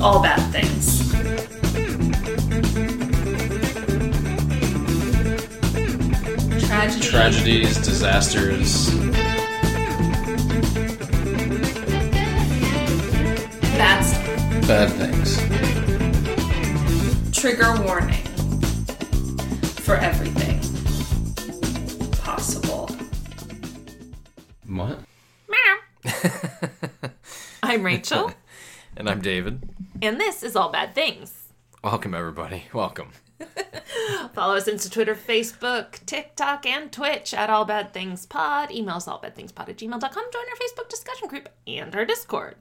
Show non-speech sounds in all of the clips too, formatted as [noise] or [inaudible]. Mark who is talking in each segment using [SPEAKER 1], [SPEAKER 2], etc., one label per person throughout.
[SPEAKER 1] all bad things. Tragedy.
[SPEAKER 2] Tragedies, disasters,
[SPEAKER 1] That's
[SPEAKER 2] bad things.
[SPEAKER 1] trigger warning for everything possible.
[SPEAKER 2] What?
[SPEAKER 3] I'm Rachel,
[SPEAKER 2] And I'm David.
[SPEAKER 3] and this is All Bad Things.
[SPEAKER 2] Welcome, everybody. Welcome.
[SPEAKER 3] Follow us into Twitter, Facebook, TikTok, and Twitch at All Bad Things Pod. Email us allbadthingspod at gmail.com. Join our Facebook discussion group and our Discord.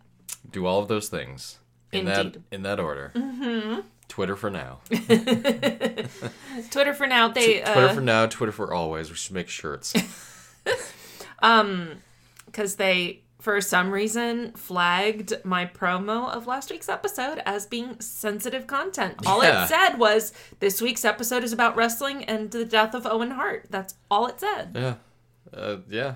[SPEAKER 2] Do all of those things in that
[SPEAKER 3] Indeed.
[SPEAKER 2] in that order. Mm-hmm. Twitter for now.
[SPEAKER 3] Twitter for now. They
[SPEAKER 2] Twitter
[SPEAKER 3] uh
[SPEAKER 2] for now. Twitter for always. We should make shirts.
[SPEAKER 3] because they for some reason flagged my promo of last week's episode as being sensitive content. All
[SPEAKER 2] Yeah.
[SPEAKER 3] it said was this week's episode is about wrestling and the death of Owen Hart. That's all it said.
[SPEAKER 2] yeah. Uh, yeah.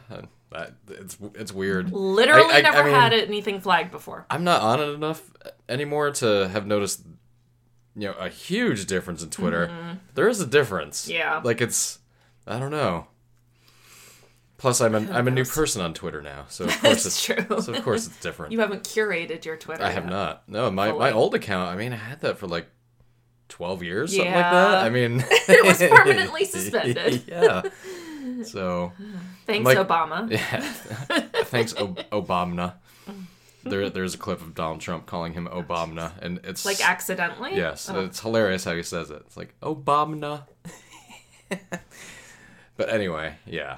[SPEAKER 2] I, it's it's weird.
[SPEAKER 3] Literally
[SPEAKER 2] I- I
[SPEAKER 3] never
[SPEAKER 2] mean-
[SPEAKER 3] had anything flagged before.
[SPEAKER 2] I'm not on it enough anymore to have noticed, you know, a huge difference in Twitter. There is a difference.
[SPEAKER 3] Mm-hmm. Yeah.
[SPEAKER 2] Like it's, I don't know. Plus, I'm an, I'm a new person on Twitter now, so of course
[SPEAKER 3] [laughs]
[SPEAKER 2] it's
[SPEAKER 3] That's true.
[SPEAKER 2] So of course it's
[SPEAKER 3] [laughs]
[SPEAKER 2] different.
[SPEAKER 3] You haven't curated your Twitter.
[SPEAKER 2] I have
[SPEAKER 3] yet.
[SPEAKER 2] not. No, my
[SPEAKER 3] Fully.
[SPEAKER 2] my old account. I mean, I had that for like twelve years, something like
[SPEAKER 3] Yeah.
[SPEAKER 2] that. I mean,
[SPEAKER 3] [laughs] It was
[SPEAKER 2] [laughs]
[SPEAKER 3] permanently suspended.
[SPEAKER 2] yeah. So
[SPEAKER 3] Thanks,
[SPEAKER 2] Like- [laughs]
[SPEAKER 3] Obama.
[SPEAKER 2] yeah. Thanks, Ob- Obama. There, there's a clip of Donald Trump calling him Obama, and it's
[SPEAKER 3] Like accidentally.
[SPEAKER 2] yes,
[SPEAKER 3] Oh.
[SPEAKER 2] it's hilarious how he says it. It's like Obama. [laughs] but anyway, yeah.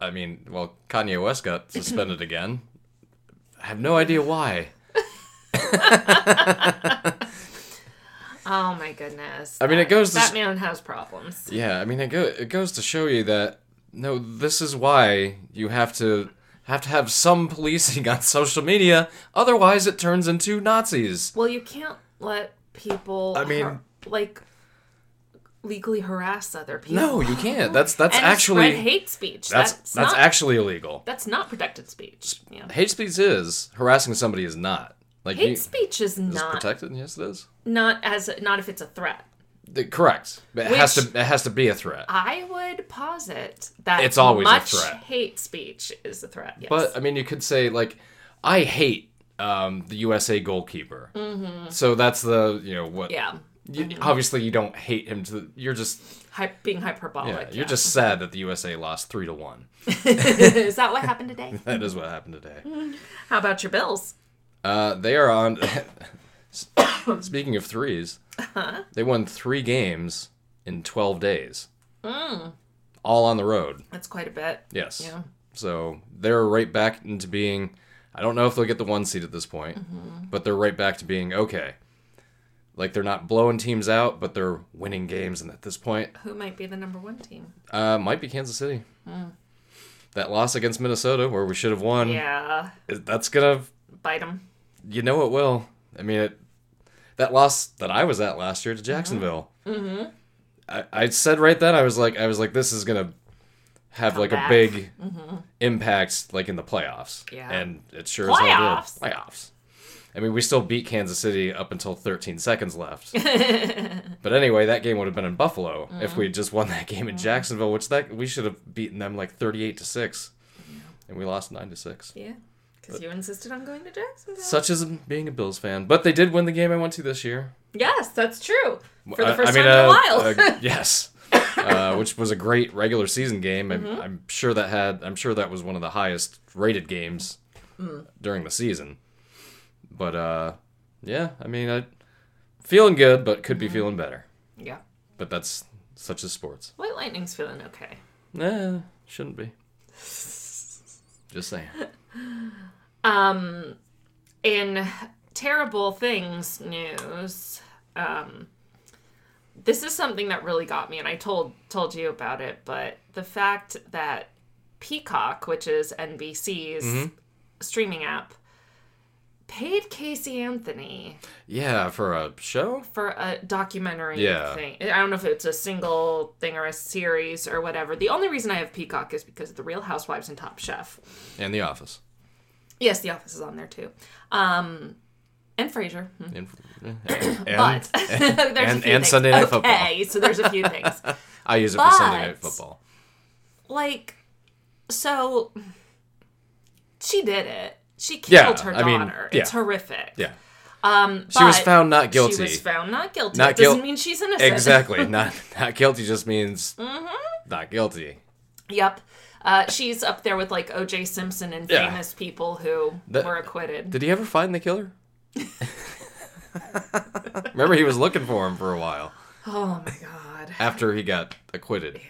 [SPEAKER 2] I mean, well, Kanye West [clears throat] got suspended again. I have no idea why.
[SPEAKER 3] Oh my goodness.
[SPEAKER 2] I mean, it
[SPEAKER 3] That-
[SPEAKER 2] goes to
[SPEAKER 3] That
[SPEAKER 2] s-
[SPEAKER 3] man has problems.
[SPEAKER 2] Yeah, I mean, it, go- it goes to show you that no, this is why you have to have to have some policing [laughs] on social media. Otherwise, it turns into Nazis.
[SPEAKER 3] Well, you can't let people.
[SPEAKER 2] I mean-
[SPEAKER 3] har- like legally harass other people.
[SPEAKER 2] No, you can't. That's that's
[SPEAKER 3] and spread
[SPEAKER 2] actually
[SPEAKER 3] hate speech.
[SPEAKER 2] that's
[SPEAKER 3] That's
[SPEAKER 2] that's,
[SPEAKER 3] not,
[SPEAKER 2] actually illegal.
[SPEAKER 3] that's not protected speech. Yeah.
[SPEAKER 2] Hate speech is harassing somebody is not like
[SPEAKER 3] Hate
[SPEAKER 2] you,
[SPEAKER 3] speech is
[SPEAKER 2] is
[SPEAKER 3] not
[SPEAKER 2] protected. Yes, it is.
[SPEAKER 3] not as not if it's a threat.
[SPEAKER 2] The- correct. But it has
[SPEAKER 3] Which-
[SPEAKER 2] to it has to be a threat.
[SPEAKER 3] I would posit that
[SPEAKER 2] It's always a
[SPEAKER 3] much
[SPEAKER 2] threat.
[SPEAKER 3] Hate speech is a threat. Yes.
[SPEAKER 2] But I mean, you could say like, I hate um, the USA goalkeeper. Mm-hmm. So that's the you know what.
[SPEAKER 3] yeah,
[SPEAKER 2] You, Obviously, you don't hate him. To the, you're just
[SPEAKER 3] Hy- being hyperbolic.
[SPEAKER 2] yeah, you're just sad that the USA lost three to one.
[SPEAKER 3] [laughs] is that what happened today?
[SPEAKER 2] That is what happened today.
[SPEAKER 3] How about your bills?
[SPEAKER 2] Uh, they are on. [coughs] speaking of 3s
[SPEAKER 3] Uh-huh.
[SPEAKER 2] they won three games in twelve days,
[SPEAKER 3] Mm.
[SPEAKER 2] all on the road.
[SPEAKER 3] That's quite a bit.
[SPEAKER 2] Yes.
[SPEAKER 3] Yeah.
[SPEAKER 2] So they're right back into being. I don't know if they'll get the one seed at this point,
[SPEAKER 3] Mm-hmm.
[SPEAKER 2] but they're right back to being okay. Like they're not blowing teams out, but they're winning games, and at this point,
[SPEAKER 3] Who might be the number one team?
[SPEAKER 2] uh, might be Kansas City. That loss against Minnesota, where we should have won,
[SPEAKER 3] Mm. Yeah,
[SPEAKER 2] that's gonna.
[SPEAKER 3] bite them.
[SPEAKER 2] You know it will. I mean, it, that loss that I was at last year to Jacksonville. Mm-hmm. I, I said right then I was like I was like this is gonna have like
[SPEAKER 3] back. Mm-hmm.
[SPEAKER 2] a big impact like in the playoffs.
[SPEAKER 3] Yeah.
[SPEAKER 2] And it sure as hell
[SPEAKER 3] Playoffs?
[SPEAKER 2] did. Playoffs. I mean, we still beat Kansas City up until 13
[SPEAKER 3] [laughs]
[SPEAKER 2] seconds left. but anyway, that game would have been in Buffalo
[SPEAKER 3] Mm-hmm.
[SPEAKER 2] if we had just won that game in Jacksonville, which that we should have beaten them like 38 to six, and we lost nine to six.
[SPEAKER 3] Yeah, because you insisted on going to Jacksonville.
[SPEAKER 2] Such as being a Bills fan, but they did win the game I went to this year.
[SPEAKER 3] yes, that's true. For the
[SPEAKER 2] I- I
[SPEAKER 3] first
[SPEAKER 2] mean,
[SPEAKER 3] time in a
[SPEAKER 2] uh,
[SPEAKER 3] while.
[SPEAKER 2] uh, yes, uh, which was a great regular season game. I'm,
[SPEAKER 3] Mm-hmm.
[SPEAKER 2] I'm sure that had. I'm sure that was one of the highest rated games
[SPEAKER 3] Mm.
[SPEAKER 2] during the season. But uh, yeah, I mean, I feeling good, but
[SPEAKER 3] Mm-hmm.
[SPEAKER 2] could be feeling better.
[SPEAKER 3] [laughs] yeah,
[SPEAKER 2] But that's such as sports.
[SPEAKER 3] White Lightning's feeling okay.
[SPEAKER 2] Nah,
[SPEAKER 3] [laughs]
[SPEAKER 2] shouldn't be. Just saying.
[SPEAKER 3] Um, in terrible things news, um, this is something that really got me, and I told told you about it. But the fact that Peacock, which is NBC's streaming app, paid Casey Anthony
[SPEAKER 2] Yeah, for a show.
[SPEAKER 3] for a documentary
[SPEAKER 2] Yeah.
[SPEAKER 3] thing. I don't know if it's a single thing or a series or whatever. The only reason I have Peacock is because of The Real Housewives and Top Chef.
[SPEAKER 2] And The Office.
[SPEAKER 3] Yes, The Office is on there too. Um, and Frasier. Hmm. [coughs]
[SPEAKER 2] And, and,
[SPEAKER 3] but [laughs] there's a
[SPEAKER 2] and-
[SPEAKER 3] few
[SPEAKER 2] and
[SPEAKER 3] things.
[SPEAKER 2] Sunday Night
[SPEAKER 3] okay,
[SPEAKER 2] Football.
[SPEAKER 3] so there's a few
[SPEAKER 2] [laughs]
[SPEAKER 3] things.
[SPEAKER 2] I use it for Sunday Night
[SPEAKER 3] But-
[SPEAKER 2] Football.
[SPEAKER 3] Like, so she did it. She
[SPEAKER 2] Yeah,
[SPEAKER 3] killed her
[SPEAKER 2] I
[SPEAKER 3] daughter.
[SPEAKER 2] mean,
[SPEAKER 3] It's
[SPEAKER 2] yeah.
[SPEAKER 3] horrific.
[SPEAKER 2] Yeah.
[SPEAKER 3] Um,
[SPEAKER 2] She was
[SPEAKER 3] but
[SPEAKER 2] found not guilty.
[SPEAKER 3] She was found [laughs] not guilty.
[SPEAKER 2] Not
[SPEAKER 3] it doesn't
[SPEAKER 2] guil-
[SPEAKER 3] mean she's innocent.
[SPEAKER 2] [laughs] exactly. not not guilty just means
[SPEAKER 3] Mm-hmm.
[SPEAKER 2] not guilty.
[SPEAKER 3] [laughs] Yep. Uh, she's up there with like O.J. Simpson and
[SPEAKER 2] Yeah.
[SPEAKER 3] famous people who
[SPEAKER 2] That-
[SPEAKER 3] were acquitted.
[SPEAKER 2] Did he ever find the killer? Remember, he was looking for him for a while
[SPEAKER 3] oh my god.
[SPEAKER 2] after he got acquitted.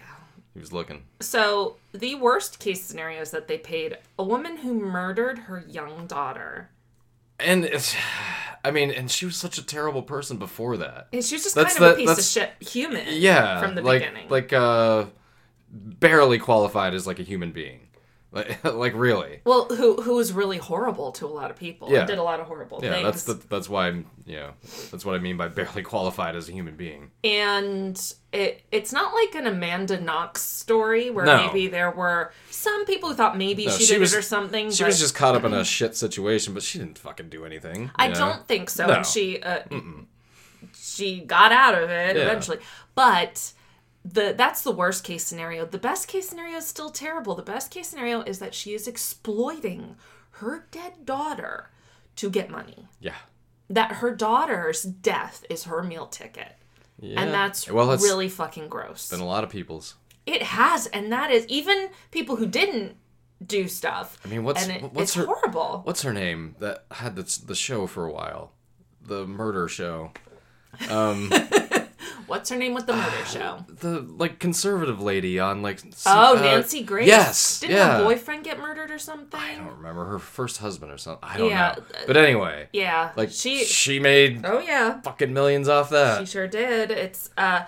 [SPEAKER 2] He was looking.
[SPEAKER 3] So the worst case scenario is that they paid a woman who murdered her young daughter.
[SPEAKER 2] And it's, I mean, and she was such a terrible person before that.
[SPEAKER 3] And she was just
[SPEAKER 2] That's
[SPEAKER 3] kind of
[SPEAKER 2] the-
[SPEAKER 3] a piece of
[SPEAKER 2] that's-
[SPEAKER 3] shit human.
[SPEAKER 2] Yeah,
[SPEAKER 3] From the
[SPEAKER 2] like,
[SPEAKER 3] beginning.
[SPEAKER 2] like uh, barely qualified as like a human being. Like, [laughs] like really.
[SPEAKER 3] well, who who was really horrible to a lot of people.
[SPEAKER 2] Yeah.
[SPEAKER 3] And did a lot of horrible
[SPEAKER 2] Yeah,
[SPEAKER 3] things.
[SPEAKER 2] that's the, that's why I'm you know that's what I mean by barely qualified as a human being.
[SPEAKER 3] and it it's not like an Amanda Knox story where
[SPEAKER 2] No.
[SPEAKER 3] maybe there were some people who thought maybe
[SPEAKER 2] No,
[SPEAKER 3] she,
[SPEAKER 2] she
[SPEAKER 3] did
[SPEAKER 2] was-
[SPEAKER 3] it or something.
[SPEAKER 2] She
[SPEAKER 3] but
[SPEAKER 2] was just caught up in a shit situation, but she didn't fucking do anything.
[SPEAKER 3] I
[SPEAKER 2] you know?
[SPEAKER 3] don't think so.
[SPEAKER 2] No.
[SPEAKER 3] And she uh, she got out of it
[SPEAKER 2] Yeah.
[SPEAKER 3] eventually, but the that's the worst case scenario. The best case scenario is still terrible. The best case scenario is that she is exploiting her dead daughter to get money.
[SPEAKER 2] Yeah.
[SPEAKER 3] That her daughter's death is her meal ticket.
[SPEAKER 2] Yeah.
[SPEAKER 3] And that's
[SPEAKER 2] well, that's
[SPEAKER 3] really fucking gross.
[SPEAKER 2] been a lot of people's.
[SPEAKER 3] It has, and that is even people who didn't do stuff. I
[SPEAKER 2] mean, what's-
[SPEAKER 3] and it,
[SPEAKER 2] what's
[SPEAKER 3] it's
[SPEAKER 2] her-
[SPEAKER 3] horrible.
[SPEAKER 2] What's her name that had the the show for a while, the murder show,
[SPEAKER 3] What's her name with the
[SPEAKER 2] [sighs]
[SPEAKER 3] murder show?
[SPEAKER 2] the like conservative lady on like. s-
[SPEAKER 3] Oh,
[SPEAKER 2] uh,
[SPEAKER 3] Nancy Grace.
[SPEAKER 2] Yes.
[SPEAKER 3] Didn't
[SPEAKER 2] yeah.
[SPEAKER 3] her boyfriend get murdered or something?
[SPEAKER 2] I don't remember her first husband or something. I don't
[SPEAKER 3] Yeah,
[SPEAKER 2] know.
[SPEAKER 3] uh,
[SPEAKER 2] But anyway,
[SPEAKER 3] Yeah.
[SPEAKER 2] like uh,
[SPEAKER 3] she.
[SPEAKER 2] she she made
[SPEAKER 3] oh yeah.
[SPEAKER 2] fucking millions off that.
[SPEAKER 3] She sure did. It's uh.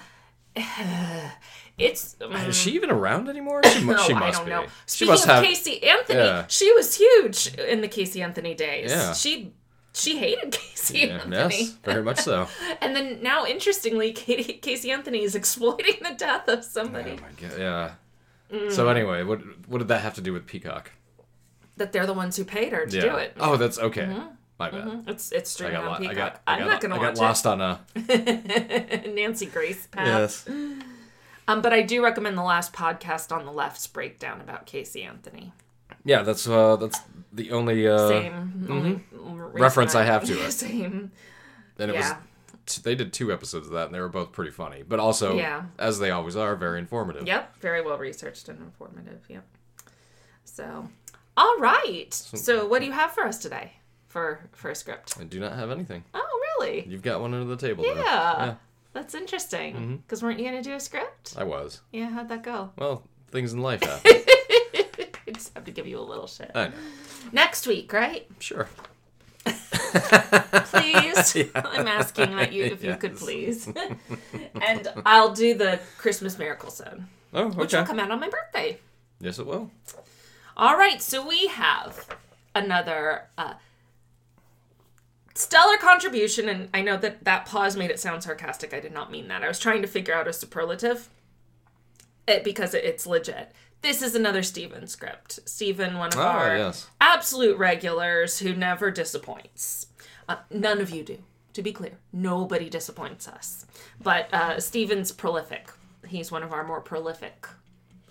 [SPEAKER 3] [sighs] It's mm,
[SPEAKER 2] Is she even around anymore? She,
[SPEAKER 3] [coughs]
[SPEAKER 2] mu-
[SPEAKER 3] no,
[SPEAKER 2] she
[SPEAKER 3] I
[SPEAKER 2] must
[SPEAKER 3] don't
[SPEAKER 2] be.
[SPEAKER 3] know.
[SPEAKER 2] She
[SPEAKER 3] Speaking
[SPEAKER 2] must
[SPEAKER 3] of
[SPEAKER 2] have.
[SPEAKER 3] Casey Anthony,
[SPEAKER 2] Yeah.
[SPEAKER 3] she was huge in the Casey Anthony days.
[SPEAKER 2] Yeah.
[SPEAKER 3] She she hated [laughs] Casey
[SPEAKER 2] Yeah,
[SPEAKER 3] Anthony.
[SPEAKER 2] yes, very
[SPEAKER 3] [laughs]
[SPEAKER 2] much so.
[SPEAKER 3] And then now, interestingly, [laughs] Katie, Casey Anthony is exploiting the death of somebody.
[SPEAKER 2] Oh my god. Yeah. So
[SPEAKER 3] Mm.
[SPEAKER 2] anyway, what what did that have to do with Peacock?
[SPEAKER 3] that they're the ones who paid her to
[SPEAKER 2] Yeah.
[SPEAKER 3] do it.
[SPEAKER 2] Oh, that's okay. My bad.
[SPEAKER 3] It's it's
[SPEAKER 2] I
[SPEAKER 3] streaming
[SPEAKER 2] got, lo-
[SPEAKER 3] on
[SPEAKER 2] I
[SPEAKER 3] Peacock.
[SPEAKER 2] got, I
[SPEAKER 3] am
[SPEAKER 2] got,
[SPEAKER 3] not gonna
[SPEAKER 2] I
[SPEAKER 3] watch
[SPEAKER 2] got lost on a
[SPEAKER 3] it. [laughs] Nancy Grace path. Um, but I do recommend the last podcast on the left's breakdown about Casey Anthony.
[SPEAKER 2] Yeah, that's uh, that's the only uh,
[SPEAKER 3] Same
[SPEAKER 2] mm-hmm.
[SPEAKER 3] only reason
[SPEAKER 2] Reference I
[SPEAKER 3] [laughs]
[SPEAKER 2] have to it.
[SPEAKER 3] Same.
[SPEAKER 2] and it
[SPEAKER 3] Yeah.
[SPEAKER 2] was t- they did two episodes of that, and they were both pretty funny, but also
[SPEAKER 3] Yeah.
[SPEAKER 2] as they always are, very informative.
[SPEAKER 3] Yep. Very well researched and informative. Yep. So, all right. So, what do you have for us today for for a script?
[SPEAKER 2] I do not have anything.
[SPEAKER 3] Oh, really?
[SPEAKER 2] You've got one under the table.
[SPEAKER 3] Yeah.
[SPEAKER 2] there.
[SPEAKER 3] That's
[SPEAKER 2] Mm-hmm.
[SPEAKER 3] interesting. Because weren't you going to do a script?
[SPEAKER 2] I was.
[SPEAKER 3] Yeah, how'd that go? [laughs]
[SPEAKER 2] Well, things in life happen.
[SPEAKER 3] I just have to give you a little shit.
[SPEAKER 2] I know.
[SPEAKER 3] Next week, right?
[SPEAKER 2] Sure.
[SPEAKER 3] Please.
[SPEAKER 2] [laughs]
[SPEAKER 3] I'm asking that you if you could
[SPEAKER 2] Yes. [laughs]
[SPEAKER 3] please. and I'll do the Christmas Miracle Zone,
[SPEAKER 2] Oh,
[SPEAKER 3] which
[SPEAKER 2] okay.
[SPEAKER 3] will come out on my birthday.
[SPEAKER 2] Yes, it will.
[SPEAKER 3] All right, so we have another uh, stellar contribution, and I know that that pause made it sound sarcastic. I did not mean that. I was trying to figure out a superlative it, because it, it's legit. This is another Steven script. Steven, one of
[SPEAKER 2] Ah,
[SPEAKER 3] our
[SPEAKER 2] yes.
[SPEAKER 3] absolute regulars who never disappoints. Uh, none of you do, to be clear. Nobody disappoints us. But uh, Steven's prolific. He's one of our more prolific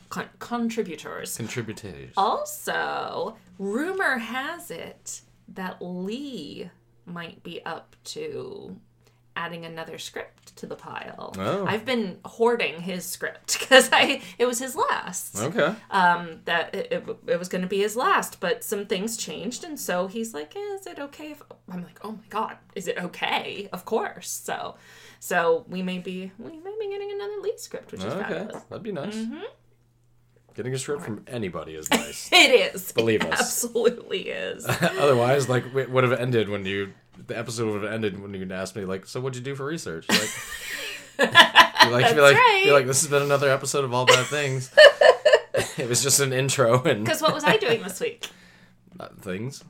[SPEAKER 3] con- contributors.
[SPEAKER 2] Contributors.
[SPEAKER 3] Also, rumor has it that Lee might be up to adding another script to the pile.
[SPEAKER 2] Oh.
[SPEAKER 3] I've been hoarding his script [laughs] because I it was his last.
[SPEAKER 2] Okay.
[SPEAKER 3] Um, that it, it, it was going to be his last, but some things changed, and so he's like, eh, "Is it okay?" If... I'm like, "Oh my god, is it okay?" Of course. So, so we may be we may be getting another Lee script, which is
[SPEAKER 2] okay.
[SPEAKER 3] fabulous. [laughs] Mm-hmm.
[SPEAKER 2] That'd be nice. Getting a script from anybody
[SPEAKER 3] [laughs]
[SPEAKER 2] is nice.
[SPEAKER 3] It is.
[SPEAKER 2] Believe
[SPEAKER 3] it
[SPEAKER 2] us.
[SPEAKER 3] Absolutely
[SPEAKER 2] [laughs]
[SPEAKER 3] is.
[SPEAKER 2] Otherwise, like, it would have ended when you, the episode would have ended when you asked me, like, so what'd you do for research?
[SPEAKER 3] [laughs]
[SPEAKER 2] Like, you're like, you're
[SPEAKER 3] That's
[SPEAKER 2] like,
[SPEAKER 3] right.
[SPEAKER 2] you're like, this has been another episode of All Bad
[SPEAKER 3] [laughs]
[SPEAKER 2] Things. [laughs] it was just an intro and
[SPEAKER 3] Because what was I doing this week?
[SPEAKER 2] uh, things.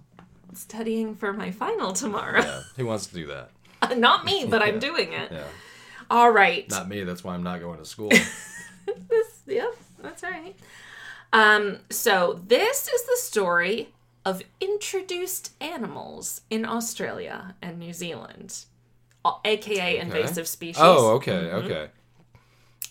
[SPEAKER 3] Studying for my final tomorrow.
[SPEAKER 2] Yeah. Who wants to do
[SPEAKER 3] [laughs]
[SPEAKER 2] that?
[SPEAKER 3] Not me, but I'm doing it.
[SPEAKER 2] Yeah.
[SPEAKER 3] All right.
[SPEAKER 2] Not me. That's why I'm not going
[SPEAKER 3] [laughs]
[SPEAKER 2] to school.
[SPEAKER 3] This, yep, that's all right. Um, so this is the story of introduced animals in Australia and New Zealand, a- aka invasive species.
[SPEAKER 2] Oh, okay,
[SPEAKER 3] Mm-hmm.
[SPEAKER 2] okay.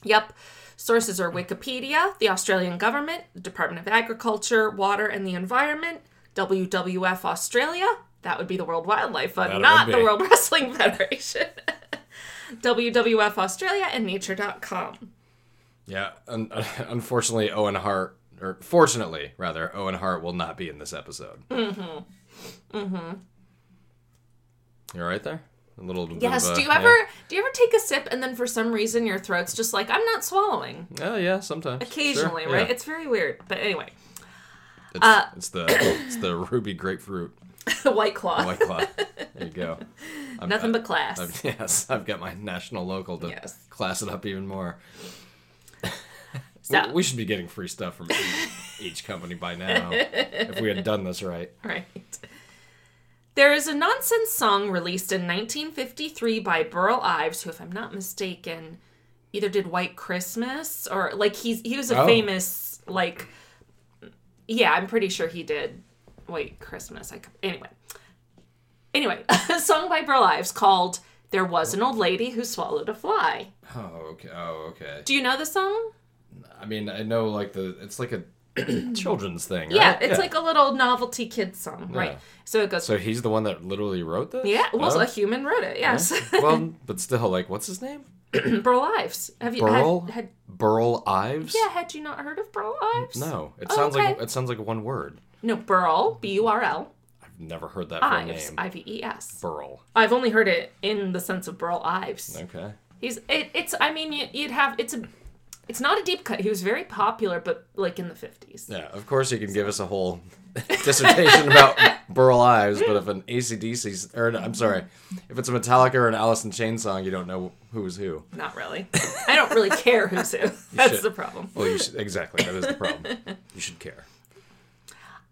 [SPEAKER 3] Yep. Sources are Wikipedia, the Australian government, the Department of Agriculture, Water and the Environment, WWF Australia. That would be the World Wildlife Fund,
[SPEAKER 2] That
[SPEAKER 3] not
[SPEAKER 2] would
[SPEAKER 3] the
[SPEAKER 2] be.
[SPEAKER 3] World [laughs] Wrestling Federation. [laughs] WWF Australia and nature.com.
[SPEAKER 2] Yeah. Un- [laughs] unfortunately, Owen Hart, or fortunately, rather, Owen Hart will not be in this episode. Mm-hmm.
[SPEAKER 3] Mm-hmm.
[SPEAKER 2] Mm-hmm. You're right there. A little. bit
[SPEAKER 3] Yes,
[SPEAKER 2] of a-
[SPEAKER 3] do you ever do you ever take a sip and then for some reason your throat's just like I'm not swallowing.
[SPEAKER 2] Yeah, oh, yeah sometimes. Sure,
[SPEAKER 3] Occasionally,
[SPEAKER 2] yeah.
[SPEAKER 3] right? Uh, It's very weird. But anyway, [laughs]
[SPEAKER 2] It's, it's the it's the ruby grapefruit
[SPEAKER 3] White Claw. [laughs]
[SPEAKER 2] white claw. There you go. I'm-
[SPEAKER 3] Nothing but class.
[SPEAKER 2] I've- [laughs] yes, I've got my national local to
[SPEAKER 3] Yes.
[SPEAKER 2] class it up even more.
[SPEAKER 3] So-
[SPEAKER 2] we, we should be getting free stuff from each, each company by now if we had done this right.
[SPEAKER 3] [laughs] Right. There is a nonsense song released in 1953 by Burl Ives, who, if I'm not mistaken, either did White Christmas or like he's he was a
[SPEAKER 2] Oh.
[SPEAKER 3] famous like yeah, I'm pretty sure he did White Christmas. I could- anyway. Anyway, [laughs] a song by Burl Ives called "There Was an Old Lady Who Swallowed a Fly."
[SPEAKER 2] Oh, okay. Oh, okay.
[SPEAKER 3] Do you know the song?
[SPEAKER 2] I mean, I know like the
[SPEAKER 3] [clears throat]
[SPEAKER 2] it's like a children's thing.
[SPEAKER 3] Yeah,
[SPEAKER 2] right?
[SPEAKER 3] it's like a little novelty kid song, right?
[SPEAKER 2] Uh, Yeah.
[SPEAKER 3] So it goes,
[SPEAKER 2] So he's the one that literally wrote this.
[SPEAKER 3] yeah, well,
[SPEAKER 2] Oh,
[SPEAKER 3] a human wrote it. Yes. [laughs]
[SPEAKER 2] okay. well, but still, like, what's his name?
[SPEAKER 3] Burl Ives. Have you
[SPEAKER 2] Burl.
[SPEAKER 3] Had, had
[SPEAKER 2] Burl Ives.
[SPEAKER 3] yeah? Had you not heard of Burl Ives?
[SPEAKER 2] No, it
[SPEAKER 3] Oh,
[SPEAKER 2] sounds like
[SPEAKER 3] okay.
[SPEAKER 2] it sounds like one word.
[SPEAKER 3] No, Burl B U R L
[SPEAKER 2] I've never heard that full
[SPEAKER 3] Ives
[SPEAKER 2] name.
[SPEAKER 3] I V E S.
[SPEAKER 2] Burl.
[SPEAKER 3] I've only heard it in the sense of Burl Ives.
[SPEAKER 2] Okay.
[SPEAKER 3] He's it, it's. I mean, you, you'd have it's a. It's not a deep cut. He was very popular, but like in the fifties.
[SPEAKER 2] Yeah, of course you can give us
[SPEAKER 3] [laughs]
[SPEAKER 2] a whole dissertation about Burl Ives, but if an ACDC, or I'm sorry, if it's a Metallica or an Alice in Chains song, you don't know who is who.
[SPEAKER 3] Not really. I don't really care who's
[SPEAKER 2] [laughs]
[SPEAKER 3] who. That's
[SPEAKER 2] should.
[SPEAKER 3] the problem.
[SPEAKER 2] Well, you should, exactly, that is the problem.
[SPEAKER 3] [laughs]
[SPEAKER 2] You should care.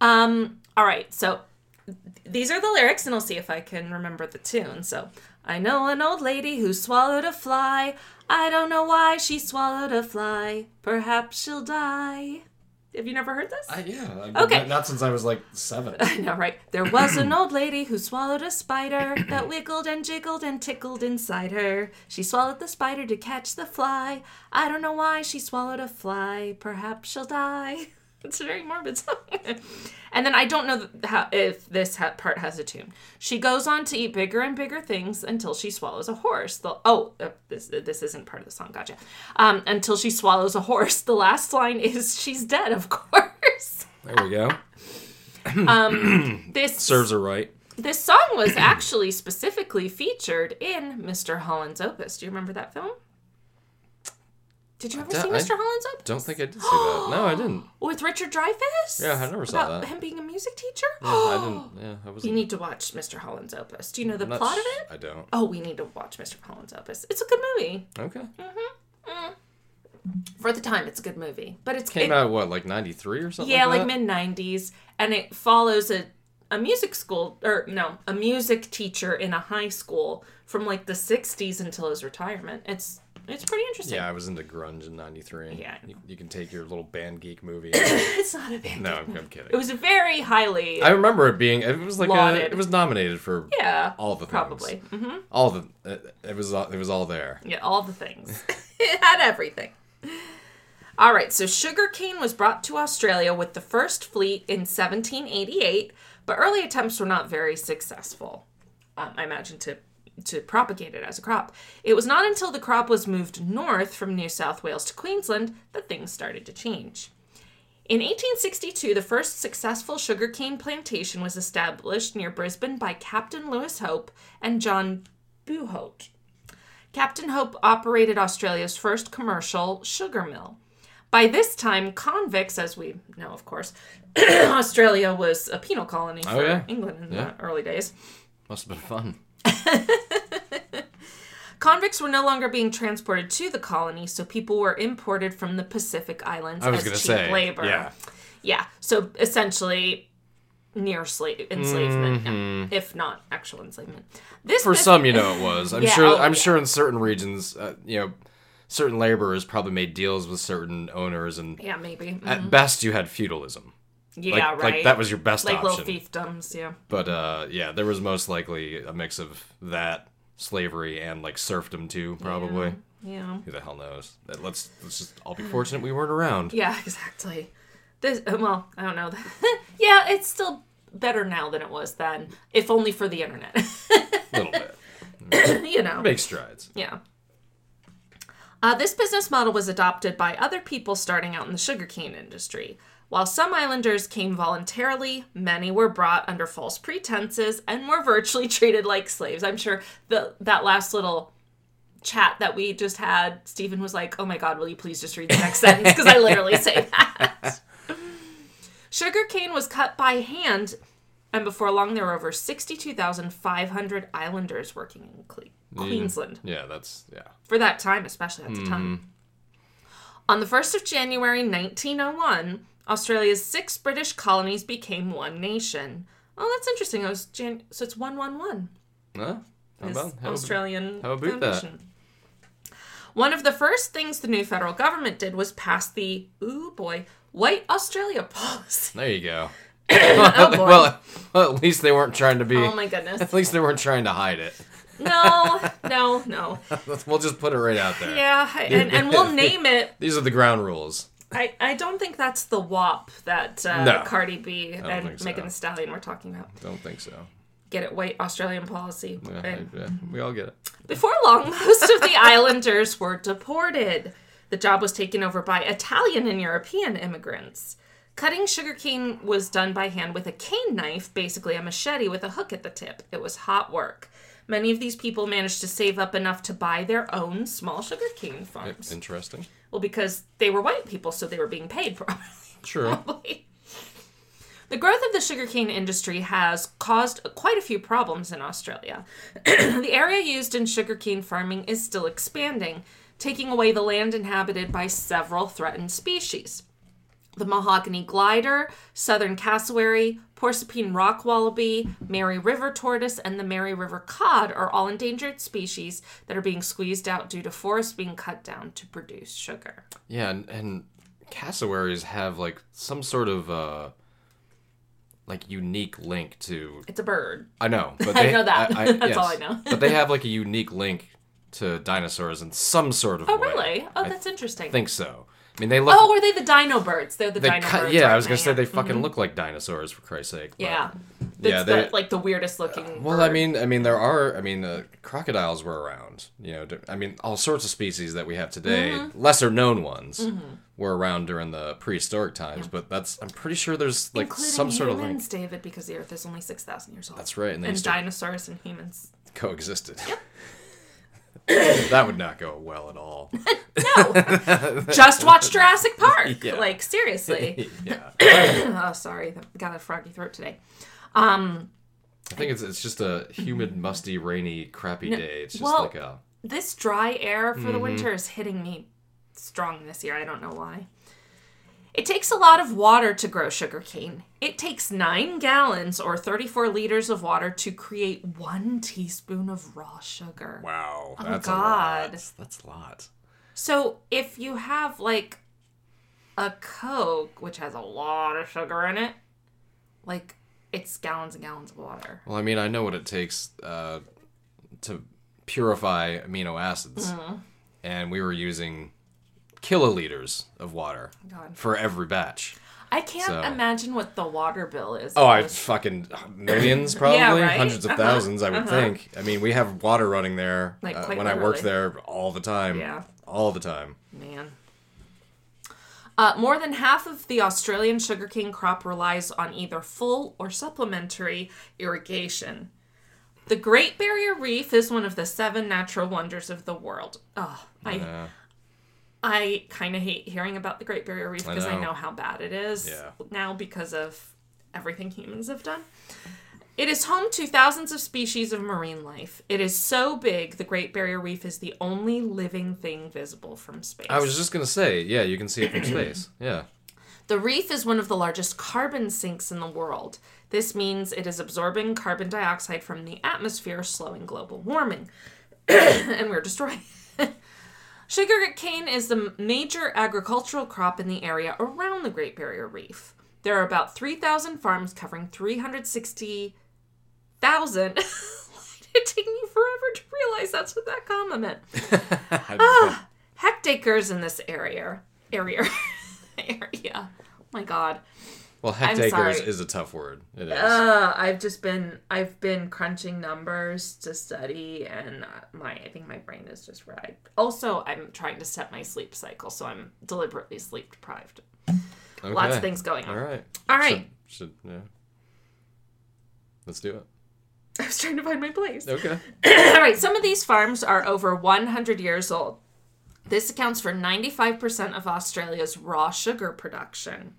[SPEAKER 3] Um. All right. So th- these are the lyrics, and I'll see if I can remember the tune. So I know an old lady who swallowed a fly. I don't know why she swallowed a fly. Perhaps she'll die. Have you never heard this?
[SPEAKER 2] I, yeah.
[SPEAKER 3] Okay.
[SPEAKER 2] Not, not since I was like seven.
[SPEAKER 3] I know, right? There was an old lady who swallowed a spider that wiggled and jiggled and tickled inside her. She swallowed the spider to catch the fly. I don't know why she swallowed a fly. Perhaps she'll die. [laughs] It's a very morbid song. and then I don't know th- how, if this ha- part has a tune. She goes on to eat bigger and bigger things until she swallows a horse. The, oh, uh, this this isn't part of the song. Gotcha. Um, until she swallows a horse. The last line is she's dead, of course.
[SPEAKER 2] [laughs]
[SPEAKER 3] [laughs]
[SPEAKER 2] There we go.
[SPEAKER 3] This
[SPEAKER 2] Serves her right.
[SPEAKER 3] This song was actually specifically featured in Mr. Holland's Opus. Do you remember that film? Did you ever
[SPEAKER 2] don't-
[SPEAKER 3] see
[SPEAKER 2] I
[SPEAKER 3] Mr. Holland's Opus?
[SPEAKER 2] Don't think I did see that. No, I didn't.
[SPEAKER 3] With Richard Dreyfuss?
[SPEAKER 2] Yeah, I never saw
[SPEAKER 3] About
[SPEAKER 2] that. Oh.
[SPEAKER 3] him being a music teacher? [gasps]
[SPEAKER 2] I didn't. Yeah, I wasn't.
[SPEAKER 3] You need to watch Mr. Holland's Opus. Do you know the
[SPEAKER 2] I'm not
[SPEAKER 3] plot of
[SPEAKER 2] sh-
[SPEAKER 3] it?
[SPEAKER 2] I don't.
[SPEAKER 3] Oh, we need to watch Mr. Holland's Opus. It's a good movie.
[SPEAKER 2] Okay.
[SPEAKER 3] For the time, it's a good movie. But it's
[SPEAKER 2] Came
[SPEAKER 3] it-
[SPEAKER 2] out what, like '93 or something?
[SPEAKER 3] Yeah, like
[SPEAKER 2] that?
[SPEAKER 3] mid 90s. And it follows a, a music school, or no, a music teacher in a high school from like the 60s until his retirement. It's it's pretty interesting.
[SPEAKER 2] Yeah, I was into grunge in '93.
[SPEAKER 3] Yeah.
[SPEAKER 2] You, you can take your little band geek
[SPEAKER 3] [coughs]
[SPEAKER 2] movie.
[SPEAKER 3] [laughs]
[SPEAKER 2] [coughs]
[SPEAKER 3] It's not a band.
[SPEAKER 2] no, I'm, I'm
[SPEAKER 3] It
[SPEAKER 2] kidding.
[SPEAKER 3] was very highly.
[SPEAKER 2] I remember it being. It was like a,
[SPEAKER 3] Lauded.
[SPEAKER 2] it was nominated for
[SPEAKER 3] yeah.
[SPEAKER 2] all the things.
[SPEAKER 3] Probably. Mhm.
[SPEAKER 2] all the. It, it was all, it was all there.
[SPEAKER 3] Yeah, all the things. [laughs] it had everything. All right, so sugarcane was brought to Australia with the first fleet in 1788, but early attempts were not very successful. Um, I imagine to to propagate it as a crop. It was not until the crop was moved north from New South Wales to Queensland that things started to change. In 1862, the first successful sugarcane plantation was established near Brisbane by Captain Lewis Hope and John Buholt. Captain Hope operated Australia's first commercial sugar mill. By this time, convicts, as we know, of course, [clears throat] Australia was a penal colony for
[SPEAKER 2] Oh, yeah.
[SPEAKER 3] England in
[SPEAKER 2] Yeah.
[SPEAKER 3] the early days.
[SPEAKER 2] Must have been fun.
[SPEAKER 3] Convicts were no longer being transported to the colony, so people were imported from the Pacific Islands
[SPEAKER 2] I was
[SPEAKER 3] as
[SPEAKER 2] gonna
[SPEAKER 3] cheap
[SPEAKER 2] say.
[SPEAKER 3] labor.
[SPEAKER 2] Yeah.
[SPEAKER 3] Yeah, So essentially, near slave enslavement, if not actual enslavement. This
[SPEAKER 2] Mm-hmm. For
[SPEAKER 3] this-
[SPEAKER 2] some, you know, it was.
[SPEAKER 3] [laughs]
[SPEAKER 2] I'm
[SPEAKER 3] Yeah,
[SPEAKER 2] sure.
[SPEAKER 3] oh,
[SPEAKER 2] I'm
[SPEAKER 3] yeah.
[SPEAKER 2] sure in certain regions, uh, you know, certain laborers probably made deals with certain owners, and
[SPEAKER 3] Yeah, maybe. Mm,
[SPEAKER 2] at best, you had feudalism.
[SPEAKER 3] Mm-hmm. Yeah,
[SPEAKER 2] Like,
[SPEAKER 3] right.
[SPEAKER 2] like that was your best
[SPEAKER 3] like little
[SPEAKER 2] option.
[SPEAKER 3] fiefdoms, yeah.
[SPEAKER 2] But uh, yeah, there was most likely a mix of that slavery and like serfdom too, probably.
[SPEAKER 3] Yeah.
[SPEAKER 2] Who the hell knows? That- Let's let's just all be fortunate we weren't around.
[SPEAKER 3] Yeah, [laughs] exactly. This uh, well, I don't know. [laughs] yeah, it's still better now than it was then, if only for the internet. [laughs]
[SPEAKER 2] A little bit.
[SPEAKER 3] you know.
[SPEAKER 2] Make strides.
[SPEAKER 3] Yeah. Uh, this business model was adopted by other people starting out in the sugarcane industry. While some islanders came voluntarily, many were brought under false pretenses and were virtually [laughs] treated like slaves. I'm sure the, that last little chat that we just had, Stephen was like, Oh my God, will you please just read the next sentence? Because I literally say that. [laughs] Sugarcane was cut by hand, and before long, there were over 62,500 islanders working in Cle- Queensland
[SPEAKER 2] Yeah, that's yeah.
[SPEAKER 3] for that time, especially at the
[SPEAKER 2] Mm-hmm.
[SPEAKER 3] time. On the 1st of January 1901, Australia's six British colonies became one nation. Oh, that's interesting. It was Jan- so it's 111.
[SPEAKER 2] Huh? Oh, How
[SPEAKER 3] is
[SPEAKER 2] about how
[SPEAKER 3] Australian
[SPEAKER 2] how about that?
[SPEAKER 3] Foundation. One of the first things the new federal government did was pass the, ooh boy, White Australia policy.
[SPEAKER 2] There you go.
[SPEAKER 3] oh boy.
[SPEAKER 2] [laughs] well, [laughs] well, at least they weren't trying to be.
[SPEAKER 3] oh my goodness.
[SPEAKER 2] At least they weren't trying to hide it.
[SPEAKER 3] No, no, no.
[SPEAKER 2] [laughs] we'll just put it right out there.
[SPEAKER 3] Yeah, I- and, and we'll
[SPEAKER 2] [laughs]
[SPEAKER 3] name it
[SPEAKER 2] These are the ground rules.
[SPEAKER 3] I, I don't think that's the WAP that uh,
[SPEAKER 2] No.
[SPEAKER 3] Cardi B and
[SPEAKER 2] think so.
[SPEAKER 3] Megan Thee Stallion were talking about.
[SPEAKER 2] Don't think so.
[SPEAKER 3] Get it, white Australian policy.
[SPEAKER 2] Yeah,
[SPEAKER 3] And
[SPEAKER 2] yeah, we all get it.
[SPEAKER 3] Before long, [laughs] most of the islanders were deported. The job was taken over by Italian and European immigrants. Cutting sugarcane was done by hand with a cane knife, basically a machete with a hook at the tip. It was hot work. Many of these people managed to save up enough to buy their own small sugarcane farms.
[SPEAKER 2] Interesting.
[SPEAKER 3] Well, because they were white people, so they were being paid [laughs] properly. [laughs]
[SPEAKER 2] True.
[SPEAKER 3] probably. The growth of the sugarcane industry has caused quite a few problems in Australia. [clears throat] the area used in sugarcane farming is still expanding, taking away the land inhabited by several threatened species. The mahogany glider, southern cassowary, porcupine rock wallaby, Mary River tortoise, and the Mary River cod are all endangered species that are being squeezed out due to forests being cut down to produce sugar.
[SPEAKER 2] Yeah, and, and cassowaries have like some sort of uh like unique link to
[SPEAKER 3] It's a bird.
[SPEAKER 2] I know, but
[SPEAKER 3] [laughs] I
[SPEAKER 2] they,
[SPEAKER 3] know that. That's
[SPEAKER 2] yes.
[SPEAKER 3] all I know.
[SPEAKER 2] [laughs] but they have like a unique link to dinosaurs in some sort of
[SPEAKER 3] Oh,
[SPEAKER 2] way.
[SPEAKER 3] really? Oh, that's interesting.
[SPEAKER 2] I think so. I mean, they look.
[SPEAKER 3] Oh, were they the dino birds? They're the
[SPEAKER 2] they
[SPEAKER 3] dino
[SPEAKER 2] cut-
[SPEAKER 3] birds.
[SPEAKER 2] yeah, I
[SPEAKER 3] aren't
[SPEAKER 2] was gonna say they
[SPEAKER 3] Yeah.
[SPEAKER 2] fucking look like dinosaurs for Christ's sake.
[SPEAKER 3] Mm-hmm.
[SPEAKER 2] but-
[SPEAKER 3] Yeah.
[SPEAKER 2] Yeah,
[SPEAKER 3] That's
[SPEAKER 2] they-
[SPEAKER 3] the, like the weirdest looking.
[SPEAKER 2] Well,
[SPEAKER 3] bird.
[SPEAKER 2] I mean, I mean, there are. I mean, uh, crocodiles were around. You know, d- I mean, all sorts of species that we have today,
[SPEAKER 3] Mm-hmm.
[SPEAKER 2] lesser known ones, were around during the prehistoric times. But that's. I'm pretty sure there's like
[SPEAKER 3] including
[SPEAKER 2] some
[SPEAKER 3] humans,
[SPEAKER 2] sort of link.
[SPEAKER 3] David, because the Earth is only six thousand years old.
[SPEAKER 2] That's right, and they
[SPEAKER 3] And
[SPEAKER 2] used
[SPEAKER 3] dinosaurs and
[SPEAKER 2] [laughs]
[SPEAKER 3] humans.
[SPEAKER 2] to coexisted. [laughs] that would not go well at all.
[SPEAKER 3] [laughs]
[SPEAKER 2] [laughs]
[SPEAKER 3] Just watch Jurassic Park.
[SPEAKER 2] Yeah.
[SPEAKER 3] Like seriously.
[SPEAKER 2] [laughs] yeah,
[SPEAKER 3] [coughs] oh, sorry, that got a froggy throat today.
[SPEAKER 2] I think it's it's just a humid, musty, rainy, crappy day. It's just
[SPEAKER 3] well-
[SPEAKER 2] like a.
[SPEAKER 3] This dry air for
[SPEAKER 2] Mm-hmm.
[SPEAKER 3] the winter is hitting me strong this year. I don't know why. It takes a lot of water to grow sugarcane. It takes 9 gallons or 34 liters of water to create 1 teaspoon of raw sugar.
[SPEAKER 2] Wow,
[SPEAKER 3] Oh,
[SPEAKER 2] that's a
[SPEAKER 3] God.
[SPEAKER 2] lot. That's a lot.
[SPEAKER 3] So if you have like a Coke, which has a lot of sugar in it, like it's gallons and gallons of water.
[SPEAKER 2] Well, I mean, I know what it takes uh, to purify amino acids,
[SPEAKER 3] Mm-hmm.
[SPEAKER 2] and we were using kiloliters of water
[SPEAKER 3] Oh God.
[SPEAKER 2] for every batch.
[SPEAKER 3] I can't
[SPEAKER 2] So-
[SPEAKER 3] imagine what the water bill is.
[SPEAKER 2] Oh, I fucking
[SPEAKER 3] [coughs]
[SPEAKER 2] millions, probably
[SPEAKER 3] right?
[SPEAKER 2] hundreds of
[SPEAKER 3] Uh-huh,
[SPEAKER 2] 1000s I would think. I mean, we have water running there
[SPEAKER 3] Like,
[SPEAKER 2] uh,
[SPEAKER 3] quite
[SPEAKER 2] when I worked
[SPEAKER 3] literally.
[SPEAKER 2] there all the time.
[SPEAKER 3] Yeah.
[SPEAKER 2] all the time.
[SPEAKER 3] Man. Uh, more than half of the Australian sugarcane crop relies on either full or supplementary irrigation. The Great Barrier Reef is one of the seven natural wonders of the world. Oh, I,
[SPEAKER 2] Yeah.
[SPEAKER 3] I kind of hate hearing about the Great Barrier Reef because I,
[SPEAKER 2] know.
[SPEAKER 3] know how bad it is
[SPEAKER 2] Yeah.
[SPEAKER 3] now because of everything humans have done. It is home to thousands of species of marine life. It is so big, the Great Barrier Reef is the only living thing visible from space.
[SPEAKER 2] I was just gonna say, yeah, you can see it
[SPEAKER 3] [coughs]
[SPEAKER 2] from space.
[SPEAKER 3] [laughs]
[SPEAKER 2] Yeah,
[SPEAKER 3] The reef is one of the largest carbon sinks in the world. This means it is absorbing carbon dioxide from the atmosphere, slowing global warming. [coughs] and we're destroying it. [laughs] Sugar cane is the major agricultural crop in the area around the Great Barrier Reef. There are about 3,000 farms covering 360,000. [laughs] it took me forever to realize that's what that comma meant. Ah! Hectacres in this area. Area. [laughs] area. Oh my god.
[SPEAKER 2] well, hectacres
[SPEAKER 3] sorry.
[SPEAKER 2] is a tough word. It is.
[SPEAKER 3] Uh, I've just been I've been crunching numbers to study, and uh, my I think my brain is just fried. Also, I'm trying to set my sleep cycle, so I'm deliberately sleep deprived. Lots
[SPEAKER 2] Okay.
[SPEAKER 3] of things going on.
[SPEAKER 2] All right.
[SPEAKER 3] All right.
[SPEAKER 2] Should, should yeah. Let's do it.
[SPEAKER 3] [laughs] I was trying to find my place.
[SPEAKER 2] Okay.
[SPEAKER 3] All right, some of these farms are over 100 years old. This accounts for 95% of Australia's raw sugar production.